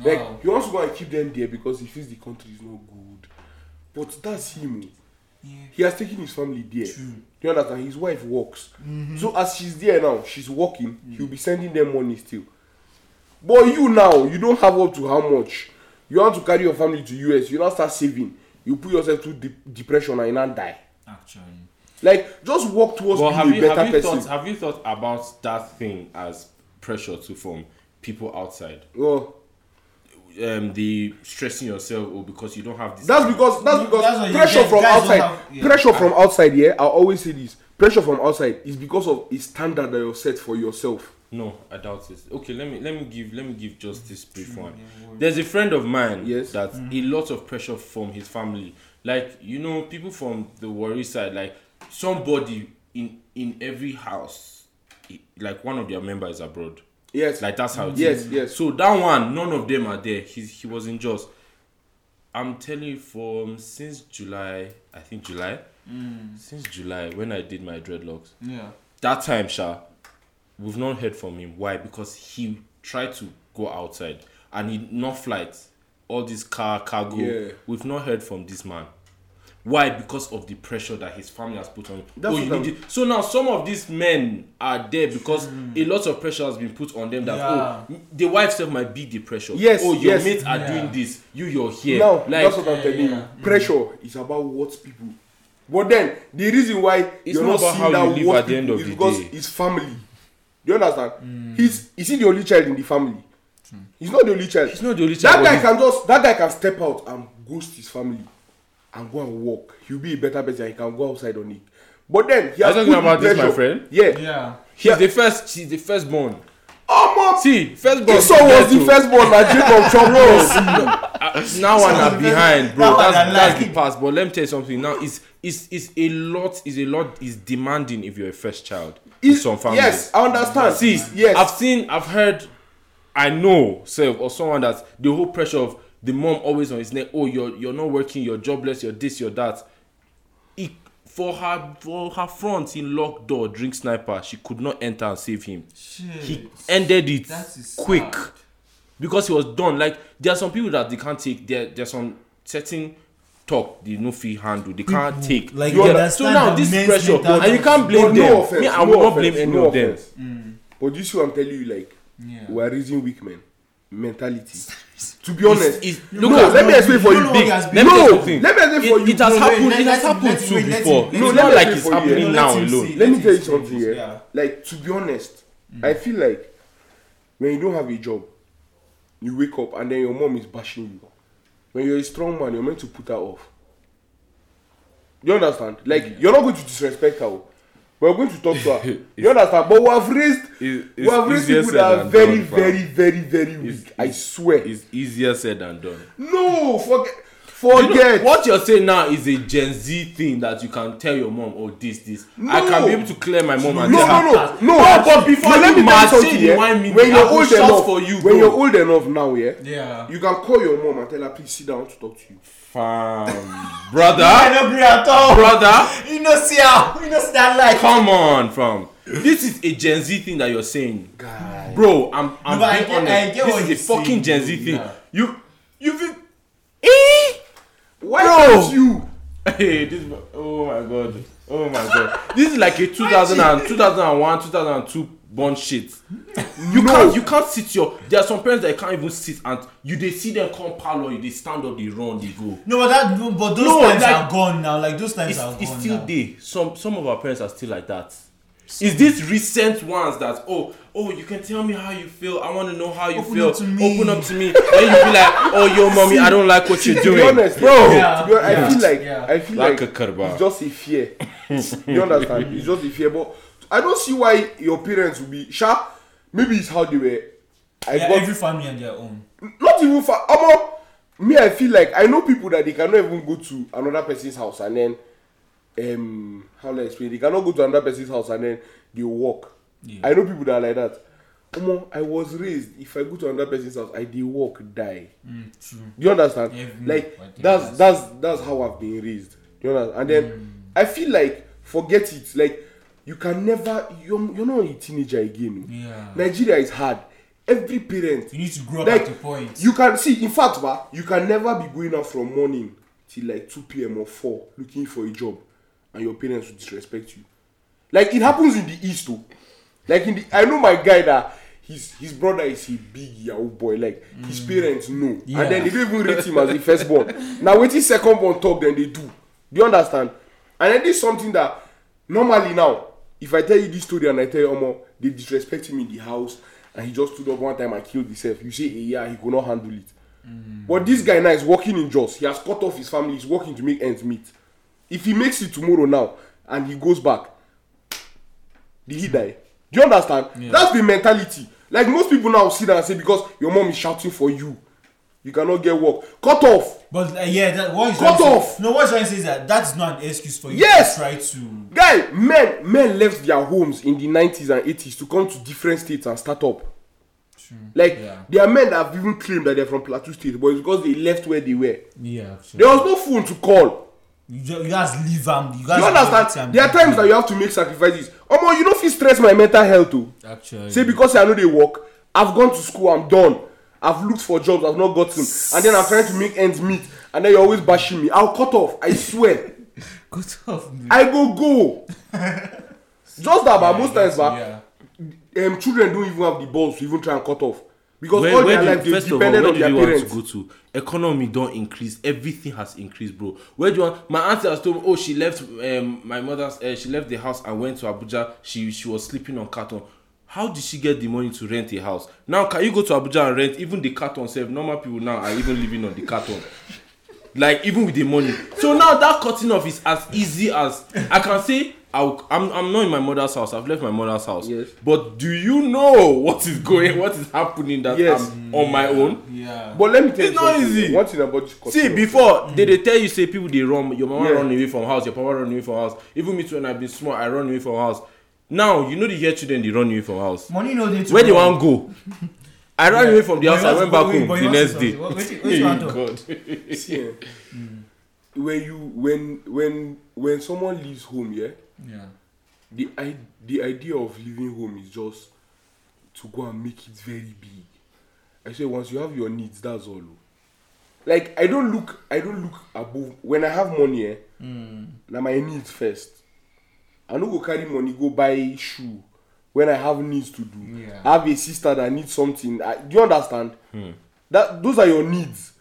A: Oh,
C: Like
A: no,
C: he wants to go and keep them there because he feels the country is not good. But that's him. oh.
A: yeah,
C: He has taken his family there.
A: True. Mm-hmm.
C: Do you understand? His wife works. So as she's there now, she's working,
A: Mm.
C: he'll be sending them money still. But you now, you don't have up to how much. You want to carry your family to US, you now start saving. You put yourself through de- depression and you now die.
A: actually.
C: Like just work towards
B: Well, have
C: being
B: you,
C: a better
B: have, you
C: person.
B: thought, have you thought about that thing as pressure too from people outside?
C: Oh,
B: um, the stressing yourself or because you don't have this.
C: That's because that's because
A: That's what you
C: pressure
A: get.
C: from
A: Guys don't
C: outside.
A: have- yeah.
C: Pressure from outside. Yeah, I always say this. Pressure from outside is because of a standard that you're set for yourself.
B: No, I doubt it. Okay, let me let me give let me give just this brief one.
A: yeah, word.
B: There's a friend of mine
C: Yes.
B: that a lot of pressure from his family. Like you know, people from the worry side, like somebody in in every house, i- like one of their members abroad.
C: Yes.
B: Like that's how. it
C: Yes,
B: is.
C: yes.
B: So that one, none of them are there. He he was in jaws. I'm telling you, from since July, I think July,
C: Mm.
B: since July when I did my dreadlocks,
A: Yeah.
B: that time, Sha, we've not heard from him. Why? Because he tried to go outside and he not flight, all this car cargo.
C: Yeah.
B: We've not heard from this man. Why? Because of the pressure that his family has put on him.
C: That's
B: oh, you
C: what
B: need it. So now some of these men are there because a lot of pressure has been put on them. That
A: Yeah.
B: oh, the wife self might be the pressure.
C: Yes,
B: Oh, your
C: yes.
B: mates are
A: Yeah.
B: doing this. You, you're here.
C: Now
B: like,
C: that's what I'm telling you.
A: yeah.
C: Pressure is about what people. But then the reason why you're
B: not
C: not,
B: about how
C: seeing
B: you
C: that
B: live
C: what
B: at the end
C: people
B: of
C: is
B: the
C: because
B: day. Hmm.
C: it's family. Do you understand? He's is he the only child in the family? He's not the only child.
B: He's not the only
C: That
B: child,
C: guy
B: but
C: can just that guy can step out and ghost his family and go and work. He'll be a better person. He can go outside on it. But then he
B: Are you
C: has
B: talking
C: put the
B: about this, my
C: pressure-
B: friend?
C: Yeah.
A: Yeah.
B: He's
C: Yeah.
B: the first. She's the firstborn.
C: Oh man,
B: See, firstborn.
C: Esau was the first one that Jacob chop was.
B: now one are behind bro
A: Now one
B: that's,
A: are
B: that's
A: lying.
B: the past but let me tell you something now it's it's it's a lot is a lot is demanding if you're a first child in
C: It's-
B: some families
C: Yes, I understand.
B: see
C: yes,
B: i've seen i've heard i know self or someone that the whole pressure of the mom always on his neck oh you're you're not working you're jobless you're this you're that he, for her for her front in locked door drink sniper she could not enter and save him
A: Shit.
B: he ended it
A: That is
B: quick
A: sad.
B: because he was done. Like there are some people that they can't take. There there's some certain talk they no fit handle. They can't
A: People,
B: take.
A: like, you
B: You under-
A: understand
B: so now
A: the
B: this
A: men's
B: pressure
A: mentality.
B: and you can't blame
C: But
B: them.
C: No offense,
B: Me, I
C: no
B: will not blame
C: offense,
B: any
C: no
B: of them.
C: offense. But you see, what I'm telling you, like,
A: Yeah.
C: we are raising weak men mentality. to be
B: It's-
C: honest,
B: it's-
C: no,
B: look at-
C: let me explain
A: you
C: for
A: don't
C: you.
A: know what
B: Big.
A: he has
B: Let me
A: been
B: tell you
C: No,
B: something.
C: let me explain for
B: It,
C: you.
B: it has
A: No, wait, let- let
B: happened. it has
A: him-
B: happened
A: let him-
B: too
A: wait, let him-
B: before.
A: let
B: It's
C: him
B: not
C: say
B: like
C: it
B: it's
C: for you.
B: happening
A: No, let
B: now
A: him
B: alone.
A: see.
C: let me
A: That
C: tell you
A: is dangerous,
C: something here.
A: yeah.
C: Like to be honest,
B: Mm.
C: I feel like when you don't have a job, you wake up and then your mom is bashing you. When you're a strong man, you're meant to put her off. You understand? Like you're not going to disrespect her. oh. We're going to talk to her. you understand? But we have raised
B: It's-
C: we
B: it's
C: have raised
B: easier
C: people
B: said
C: that are
B: than
C: very,
B: done, fam.
C: very, very, very
B: It's-
C: weak. I
B: it's-
C: swear.
B: It's easier said than done.
C: No, forget
B: You know,
C: forget.
B: what you're saying now is a Gen Z thing that you can tell your mom, oh, this, this. I
C: No.
B: can be able to clear my mom and
C: no,
B: tell
C: no,
B: her.
C: no, no,
B: but before
C: no,
B: you
C: let me tell
B: mad,
C: you
B: say
C: something,
B: you
C: yeah.
B: want me,
C: when
B: I
C: you're
B: will
C: old
B: shout
C: enough,
B: for you,
C: when
B: bro.
C: you're old enough now, yeah,
A: Yeah.
C: you can call your mom and tell her, please sit down to talk to you.
B: Fam,
A: I
B: brother,
A: don't agree at all.
B: brother.
A: You know, see how. You know, see that life.
B: Come on, fam. This is a Gen Z thing that you're saying.
C: Guy,
B: Bro, I'm I'm
A: No, but I
B: being
A: get-
B: honest.
A: I get what
B: this
A: you're
B: is a fucking
A: saying,
B: Gen Z
A: bro,
B: thing.
A: yeah.
B: You you feel Eh?
C: why
B: Bro.
C: can't you?
B: Hey, this oh my god. Oh my god. This is like a 2000 and 2001, 2002 born shit. You
C: No.
B: can't you can't sit your there are some parents that can't even sit and you they see them come parlor, you they stand up, they run, they go.
A: No, but that. no, But those
B: No,
A: times
B: like-
A: are gone now. Like those times
B: it's,
A: are
B: it's
A: gone
B: still
A: now.
B: there. Some some of our parents are still like that. Is this recent ones that oh oh you can tell me how you feel I want to know how you
A: Open
B: feel
A: up to me.
B: open up to me then you be like oh yo mommy I don't like what you're
C: To be
B: doing
C: honest,
B: bro
A: Yeah,
C: to be honest,
A: yeah,
C: I feel like
A: yeah.
C: I feel
B: Like
C: like,
B: a curva.
C: it's just a fear. you understand? It's just a fear, but I don't see why your parents will be sharp. Maybe it's how they were. I
A: Yeah,
C: got
A: every family and their own.
C: not even for omo me i feel like i know people that they cannot even go to another person's house and then um how do i explain they cannot go to another person's house and then they work
A: Yeah.
C: i know people that are like that omo i was raised if i go to another person's house i dey work die
A: Mm, true.
C: do you understand
A: Every-
C: like
A: what they
C: that's
A: ask.
C: that's that's how i've been raised do you understand and then
A: Mm.
C: i feel like forget it like you can never you're, you're not a teenager again o.
A: Yeah.
C: nigeria is hard every parent
A: You need to grow up
C: like
A: at a point.
C: you can see in fact ba you can never be going out from morning till like 2 p.m or 4 looking for a job and your parents will disrespect you like it happens in the east too like in the i know my guy that his his brother is a big yahoo boy like mm. his parents know yeah.
A: Yeah.
C: and then they don't even rate him as the firstborn na wetin secondborn talk dem dey do do you understand and then this something that normally now if i tell you this story and i tell you omo they disrespect him in the house and he just stood up one time and kill himself you say eh yeah he go not handle it But this guy now is working in Jos. He has cut off his family. He's working to make ends meet. If he makes it tomorrow now and he goes back, did he die? Do you understand? That's the mentality. Like most people now sit down and say, because your mom is shouting for you, you cannot get work. Cut off.
A: But uh, yeah, that, what is
C: Cut off!
A: No, what he's trying to say is that that's not an excuse for you
C: Yes!
A: to try to.
C: Guy, men, men left their homes in the 90s and 80s to come to different states and start up. Like,
A: Yeah.
C: there are men that have even claimed that they're from Plateau State, but it's because they left where they were.
A: Yeah, actually.
C: There was no phone to call.
A: You, ju- you guys leave him. You guys
C: You understand? There are times that you have to make sacrifices. Omo, you no fit stress my mental health oh? o.
A: Actually.
C: Say because I no dey work, I've gone to school, I'm done. I've looked for jobs, I've not gotten. And then I'm trying to make ends meet. And then you're always bashing me. I'll cut off, I swear.
A: Cut off. Me.
C: I go go. Just that, but most times, but
A: Yeah.
C: um, children don't even have the balls to even try and cut off. Because
B: Where,
C: all
B: where do,
C: their life they
B: first of all,
C: depended
B: where
C: on
B: do
C: their
B: you
C: parents.
B: want to go to? Economy don't increase. Everything has increased, bro. Where do you want? My auntie has told me, oh, she left um, my mother's. Uh, she left the house and went to Abuja. She she was sleeping on carton. How did she get the money to rent a house? Now can you go to Abuja and rent even the carton? Self normal people now are even living on the carton. like even with the money so now that cutting off is as easy as i can say I'll, I'm, I'm not in my mother's house i've left my mother's house
C: Yes.
B: but do you know what is going what is happening that
C: Yes.
B: i'm on my own
A: Yeah.
C: But let me tell
B: It's
C: you
B: not
C: something.
B: easy.
C: One thing about this
B: see
C: cutting off.
B: before they, they tell you say people they run your mama
C: Yeah.
B: run away from house your papa run away from house even me too when i've been small i run away from house now you know the year children they run away from house
A: Money no dey to.
B: where they
A: run.
B: wan go i run
A: Yeah.
B: away from the
A: But
B: house
A: you
B: i
A: want
B: went
A: to-
B: back
A: but you-
B: home
A: but you
B: the
A: want to
B: next
A: do
B: day
A: something. What- which- which one
B: Hey,
A: though?
B: God.
C: See, eh, when you when when when someone leaves home yeah
A: Yeah.
C: the i the idea of leaving home is just to go and make it very big i say once you have your needs that's all o. like i don't look i don't look above when i have money eh na my needs first i no go carry money go buy shoe when i have needs to do
A: Yeah.
C: i have a sister that needs something I, do you understand hmm. that those are your needs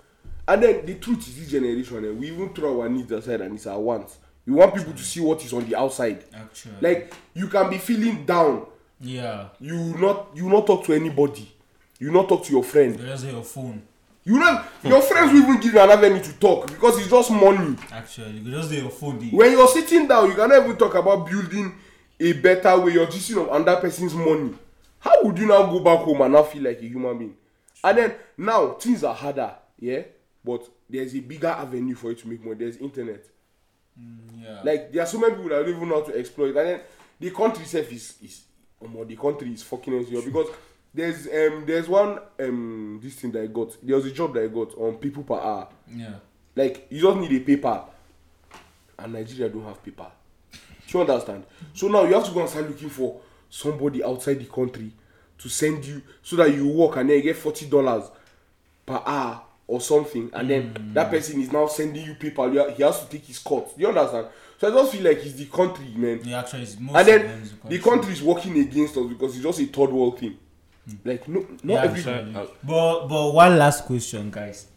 C: and then the truth is this generation eh, we even throw our needs aside and it's our wants we want people to see what is on the outside
A: Actually.
C: like you can be feeling down
A: Yeah.
C: you not you not talk to anybody you not talk to your friend
A: That's your phone.
C: you know your friends will even give you an avenue to talk because it's just money
A: Actually, you just dey your phone. dey-
C: when you're sitting down you cannot even talk about building a better way you're gisting on another person's money how would you now go back home and now feel like a human being and then now things are harder yeah but there's a bigger avenue for you to make money there's internet
A: Yeah.
C: like there are so many people that don't even know how to exploit and then the country sef is is omo the country is fucking NCO because there's um there's one um this thing that I got there was a job that I got on people per hour
A: Yeah.
C: like you just need a paper and Nigeria don't have paper do you understand so now you have to go and start looking for somebody outside the country to send you so that you work and then you get forty dollars per hour or something and then mm. that person is now sending you paper You ha- he has to take his cut do you understand so i just feel like it's the country man
A: Yeah, actually, it's most
C: and
A: of them
C: then
A: is
C: the country is working against us because it's just a third world thing mm. like no
A: Yeah,
C: not yeah,
A: I'm
C: every
A: sorry.
B: Uh,
A: Non, But but one last question, guys.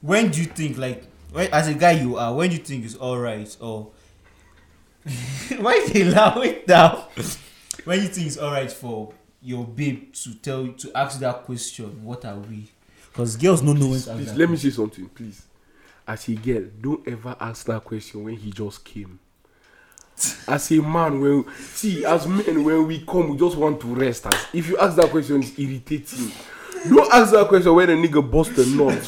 A: When do you think like when, as a guy you are, when do you think it's alright or why they allow it now? when you think it's alright for your babe to tell you to ask that question, what are we? Because girls don't know when to ask
C: please
A: that.
C: let me say something please as a girl don't ever ask that question when he just came as a man when see as men when we come we just want to rest as if you ask that question it's irritating don't ask that question when a nigga bust a nut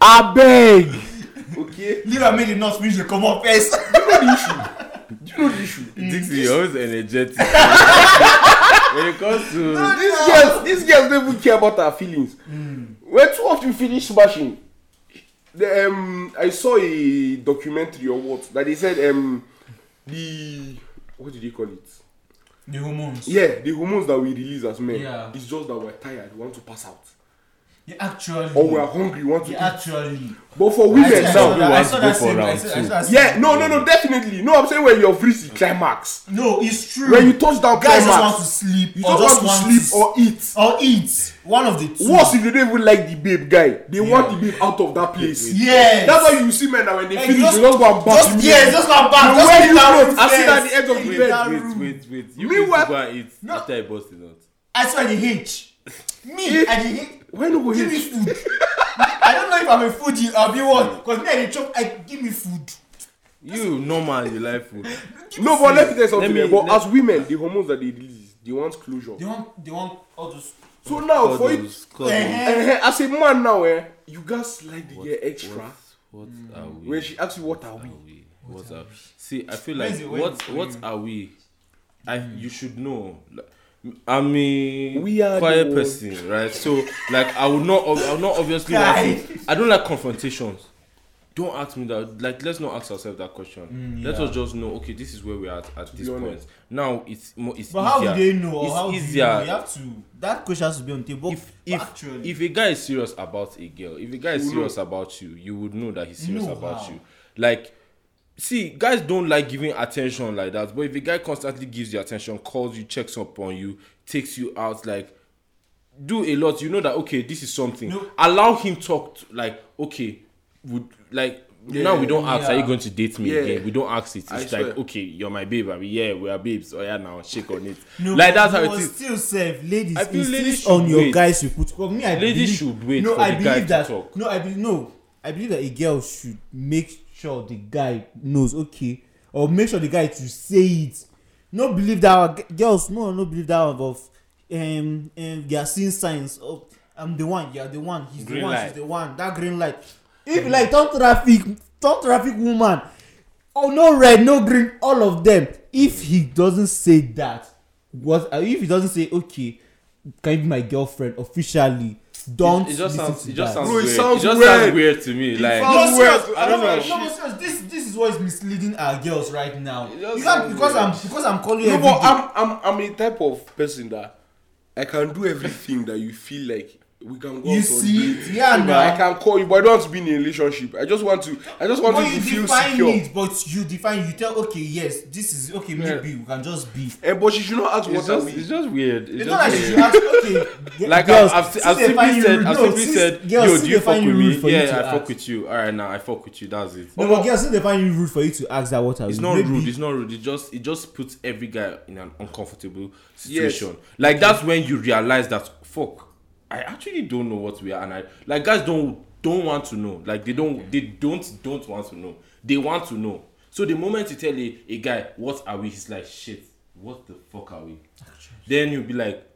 C: please abeg okay
A: Leave and make the nuts finish they come up first.
C: do you know the issue
B: Dixie, you're always energetic. when it comes to
C: these girls these girls don't even care about her feelings
A: Hmm.
C: mm. when two of you finish smashing the, um, i saw a documentary or what that they said um, the what did they call it
A: the hormones.
C: yeah the hormones that we release as men
A: Yeah.
C: it's just that we're tired we want to pass out
A: Yeah, actually.
C: or we're hungry we want to
A: yeah,
C: yeah. eat
A: actually.
C: but for
A: I
C: women
A: said- I saw
C: now
A: that- I
B: wants
A: saw
B: to go
A: that
B: for
A: same. I
B: round
A: saw- I
B: two.
A: saw that same.
C: yeah no no no definitely no i'm saying when you're free to climax
A: No, it's true.
C: when you touch down
A: Hmm. guys just want to
C: climax
A: sleep
C: you
A: or
C: just, want to sleep or eat
A: or eat one of the two
C: worse if they don't even like the babe guy they yeah. want the babe out of that place
A: yes
C: That's why you see men that when they
A: Like,
C: finish,
A: just-
C: they just go and bath.
A: just yes just one bath
C: The
A: just
C: way
A: leave
C: you
A: that
C: clothes,
A: room
C: I see that
A: first.
C: at the end of the
A: Leave
C: bed.
A: that
B: wait,
A: room.
B: wait, wait. You
C: Me
B: used to
C: what-
B: go and eat
A: No.
B: after I busted out.
A: i swear the h me
C: If-
A: i dey hate
C: Why no go
A: Give me
C: hate?
A: food. I don't know if I'm a foodie or be one. Because me, I dey chop. I give me food.
B: You normal in your life, oh. food.
C: No, but let me tell you
B: Let
C: something.
B: me-
C: eh, but
B: let-
C: as women, the hormones that they release, they want closure.
A: They want, they want all those.
C: So now, for it,
B: Cuddles, cuddles.
A: Eh,
C: eh, eh, as a man now, eh, you guys slide the
B: What-
C: girl extra.
B: What, what are we?
C: When she asks you, what are we?
B: What, are we? See, I feel
A: Where's
B: like
A: the word
B: what
A: for
B: what
A: you? Hmm.
B: are we? I you should know. Like, I'm a
C: We are
B: quiet
C: the
B: person, right? So like I would not ob- I would not obviously want to, I don't like confrontations. Don't ask me that. Like let's not ask ourselves that question.
A: Hmm,
B: Let us just know. Okay, this is where we are at at this point.
C: honest.
B: Now it's more it's
A: But how
B: easier.
A: do they know? Or
B: It's
A: how do you,
B: easier.
A: know? you have to. That question has to be on the table.
B: if if
A: actually,
B: if a guy is serious about a girl, if a guy is
C: You
B: serious about you, you would know that he's serious
A: No,
B: about
A: how?
B: you. Like, see, guys don't like giving attention like that. But if a guy constantly gives you attention, calls you, checks up on you, takes you out, like, do a lot, you know that okay, this is something.
A: No.
B: Allow him talk. To, like, okay, would like. now we don't ask,
A: yeah.
B: are you going to date me
C: Yeah.
B: again? We don't ask it. It's
C: I
B: like,
C: swear.
B: okay, you're my babe. I mean, yeah, we are babes. Oh yeah, now shake on it.
A: no, but
B: like that's how
A: you
B: it
A: must
B: is.
A: Still, safe, ladies.
B: I feel ladies
A: insist
B: should
A: on your
B: wait.
A: guys you put. For me, I
B: Ladies
A: believe,
B: should wait
A: No,
B: for
A: I
B: the guy
A: believe
B: to
A: that.
B: talk.
A: No, I believe no. I believe that a girl should make sure the guy knows. Okay, or make sure the guy to say it. No, believe that our g- girls. No, no, believe that of. of um, um, they are seeing signs. Of, I'm the one. You are the one. He's
B: Green
A: the one.
B: light.
A: She's the one. That green light. If you like turn traffic, turn traffic woman. Oh no red, no green, all of them. If he doesn't say that, what? uh, If he doesn't say okay, can you be my girlfriend officially? Don't
B: It, it just
A: listen
B: sounds.
A: to
B: It
A: that.
B: just sounds
C: Bro, it
B: weird.
C: sounds
B: it just
C: weird.
B: sounds weird to me. like,
C: sounds-
A: no, serious,
C: Words, I
A: I don't
C: don't know.
A: know. No, but serious, this this is what is misleading our girls right now.
B: just
A: You can't,
B: sounds
A: because
B: weird.
A: I'm because I'm calling
C: No,
A: every
C: but
A: day.
C: I'm, I'm, I'm a type of person that I can do everything that you feel like we can go
A: You
C: out
A: see?
C: on dates.
A: Yeah,
C: But
A: now.
C: I can call you, but I don't want to be in a relationship. I just want to, I just want
A: but
C: you to
A: you
C: feel
A: define
C: secure.
A: it, but you define you tell okay yes this is okay
B: Yeah.
A: maybe we can just be.
C: Eh, but she should not ask
B: It's
C: what are
B: just,
C: we.
B: it's just weird. It's
A: It's
B: just
A: not like you
B: weird.
A: should ask okay.
B: Like
A: girls,
B: I've, I've,
A: since
B: I've
A: they
B: simply
A: find you
B: said,
A: rude-
B: I've
A: no,
B: simply
A: since
B: said,
A: girls,
B: yo,
A: since
B: do you
A: they
B: fuck
A: find
B: with
A: you
B: me?
A: rude for you
B: Yeah,
A: to
B: I fuck
A: ask.
B: with you. All right, now I fuck with you. That's it.
A: No, but girls, since they find you rude for you to ask that what are
B: It's
A: you,
B: not
A: maybe-
B: rude. It's not rude. It just, it just puts every guy in an uncomfortable situation. Like that's when you realize that fuck, I actually don't know what we are, and I like guys don't don't want to know. Like they don't, they don't don't want to know. They want to know. So the moment you tell a, a guy what are we, he's like shit. What the fuck are we? Then you'll be like.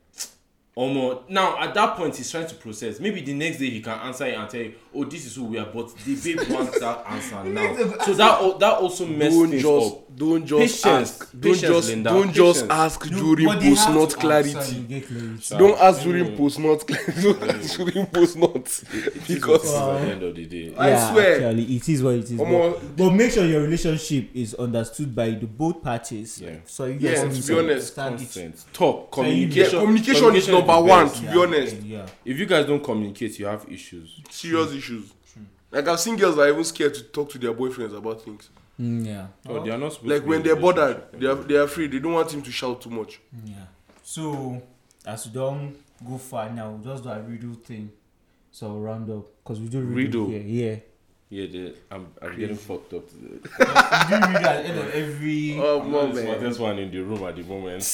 B: Omo, now at that point he's trying to process. Maybe the next day he can answer it and tell you, "Oh, this is who we are." But the babe wants that answer now, so that al- that also messes
C: don't
B: things
C: just,
B: up.
C: don't just
B: Patience.
C: ask. Don't
B: Patience,
C: just,
B: Linda.
C: don't just
B: Patience.
C: ask
A: No,
C: during
A: but they
C: post
A: have
C: not
A: to
C: clarity.
A: answer, you get clarity.
C: Don't ask
B: Mm.
C: during post not clarity. Don't ask during post not
B: This
C: because
B: is at
A: Wow.
B: the end of the day.
C: I swear.
A: Actually, it is what it is.
C: Omo,
A: but, but make sure your relationship is understood by the both parties.
B: Yeah.
A: So you
C: Yeah,
A: guys
C: to
A: need
C: be honest,
A: understand each-
B: Consent, talk,
C: yeah,
B: communication.
C: communication is number
B: the
C: one.
B: best.
C: To
A: Yeah,
C: be honest,
A: Yeah.
B: If you guys don't communicate, you have issues.
C: serious issues.
B: Hmm.
C: Like I've seen girls that are even scared to talk to their boyfriends about things.
A: Mm, yeah.
B: Oh, they are not supposed
C: Like
B: to be
C: when
B: in
C: they're
B: a
C: bothered,
B: relationship.
C: they are they are afraid. They don't want him to shout too much.
B: Hmm.
A: Yeah. So as we don't go far now, we'll just do a riddle thing. So we'll round up because we do riddle,
B: Riddle.
A: here.
B: Yeah, they, I'm, I'm getting fucked up. Today.
A: Yeah. we do riddle at the end of every.
C: Oh
B: I'm not the
C: man,
B: smartest one in the room at the moment.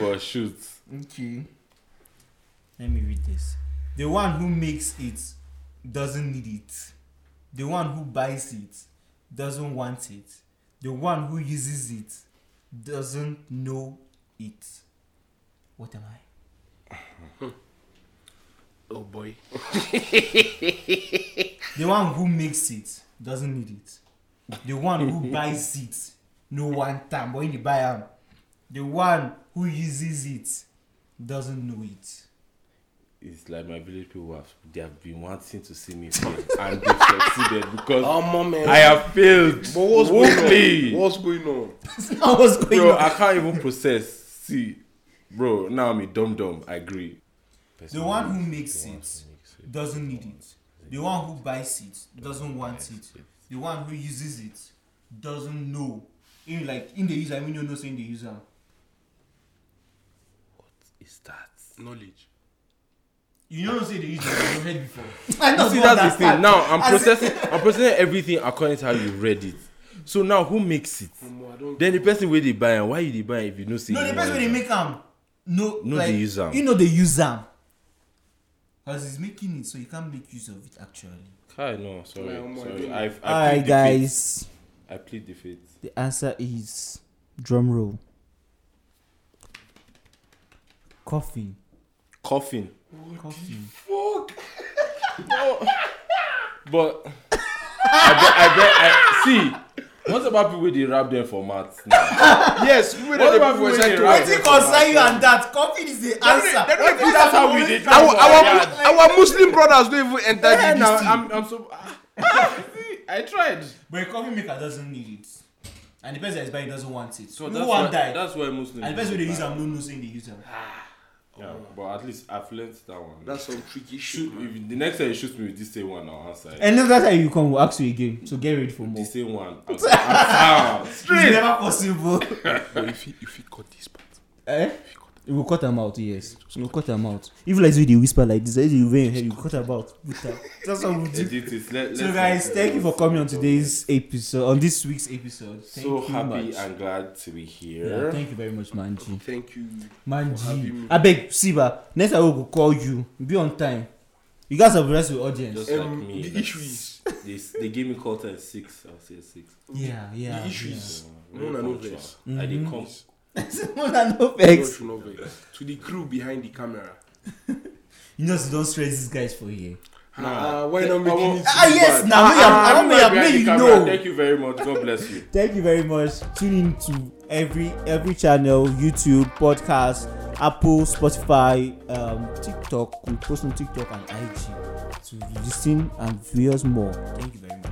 B: but shoot,
A: Okay. Let me read this. The one who makes it doesn't need it. The one who buys it doesn't want it. The one who uses it doesn't know it. What am I?
C: oh boy.
A: The one who makes it doesn't need it. The one who buys it no one time but when you buy am. The one who uses it doesn't know it.
B: it's like my village people have they have been wanting to see me fail, and they've succeeded because
C: Oh man,
B: I have failed.
C: But what's
B: woefully.
C: going on? What's going on?
A: Now what's going
B: bro,
A: on?
B: I can't even process. See, bro, now I'm a dumb dumb. I agree.
A: The one who makes it doesn't need it. The one who buys it doesn't want it. The one who uses it doesn't know. In like in the user, I mean you know saying the user.
B: is that.
C: Knowledge.
A: You know say the user you heard before. I know
B: see that's the thing now i'm processing i'm processing everything according to how you read it so now who makes it
C: Omo, I don't.
B: then the person wey dey buy am why you dey buy am if you know say
A: No, the
B: you
A: person
B: wan
A: when they
B: use
A: make
B: am?
A: am no
B: No,
A: like,
B: they use am.
A: You know they use am. Because he's making it, so you can't make use of it actually.
B: Kai, no, sorry.
C: Yeah, omo, I
B: sorry.
C: don't-
B: I, I plead
A: Alright,
B: defeat.
A: guys.
B: I plead defeat.
A: The answer is drum roll. Coffee.
B: Coughing.
A: Coffee.
B: But I bet, I bet, I see. What about people they rap them for maths? now?
C: yes, we were
B: What
C: the
B: about
C: people were
B: when
C: trying
B: they
C: to.
B: write
C: Our,
B: it?
A: Wetin concern you and that? Coffee is the
B: they
A: answer.
B: don't do that how we did
C: our,
B: Yeah.
C: our Muslim brothers don't even enter
B: Yeah,
C: the
B: now,
C: this
B: I'm, I'm so. See, I tried.
A: But a coffee maker doesn't need it. And the person that is buying doesn't want it. So
B: So that's
A: no
B: why,
A: one die.
B: that's why Muslims.
A: And the person wey
B: don't
A: dey
B: buy.
A: use am no know say e dey use am.
B: Yeah, but at least I've learned that one.
C: That's some tricky shit,
B: Shoot,
C: man.
B: if the next time you shoot me with this same one, I'll answer. it.
A: And then that's how you come, we'll ask you again. So get ready for more.
B: The
A: It's
B: same one. I'll "Ah, answer.
A: never possible.
D: But if you, if you cut this part,
A: eh? You will cut am out, yes. You will cut am out. Even like say you dey whisper like this, like say you wear your hair, you cut am out. Put am. That's what we do.
B: Edit it. Let,
A: So
B: let's-
A: guys, thank you for coming on today's episode, on this week's episode. Thank
B: so
A: you
B: happy
A: much.
B: and glad to be here.
A: Yeah, thank you very much, Manji.
C: Thank you. having
A: Manji.
C: me.
A: Abeg, Siba, next time we go call you. Be on time. You guys have the rest of the audience.
B: Just
C: Um,
B: like me.
C: the
B: like,
C: issue is-
B: they, they gave me quarter at six. I'll say six.
A: Yeah, yeah.
C: The issue is-
B: Yeah,
C: No, no,
B: very
C: no
B: punctual.
C: vex.
B: I did
A: Mhm.
B: come.
A: Mona no
C: No,
A: vex.
C: to no vex. To the crew behind the camera.
A: You know, say don't stress these guys for here.
C: Ah, why not making
B: Omo.
C: it
A: Ah,
C: too
A: yes,
C: bad?
A: now me,
B: Ah,
A: I'm, I'm,
B: everybody
A: I'm,
B: behind
A: me,
B: the
A: you
B: camera,
A: know.
B: Thank you very much. God bless you.
A: Thank you very much. Tune in to every every channel, YouTube, podcast, Apple, Spotify, um, TikTok. We post on TikTok and IG to listen and view us more. Thank you very much.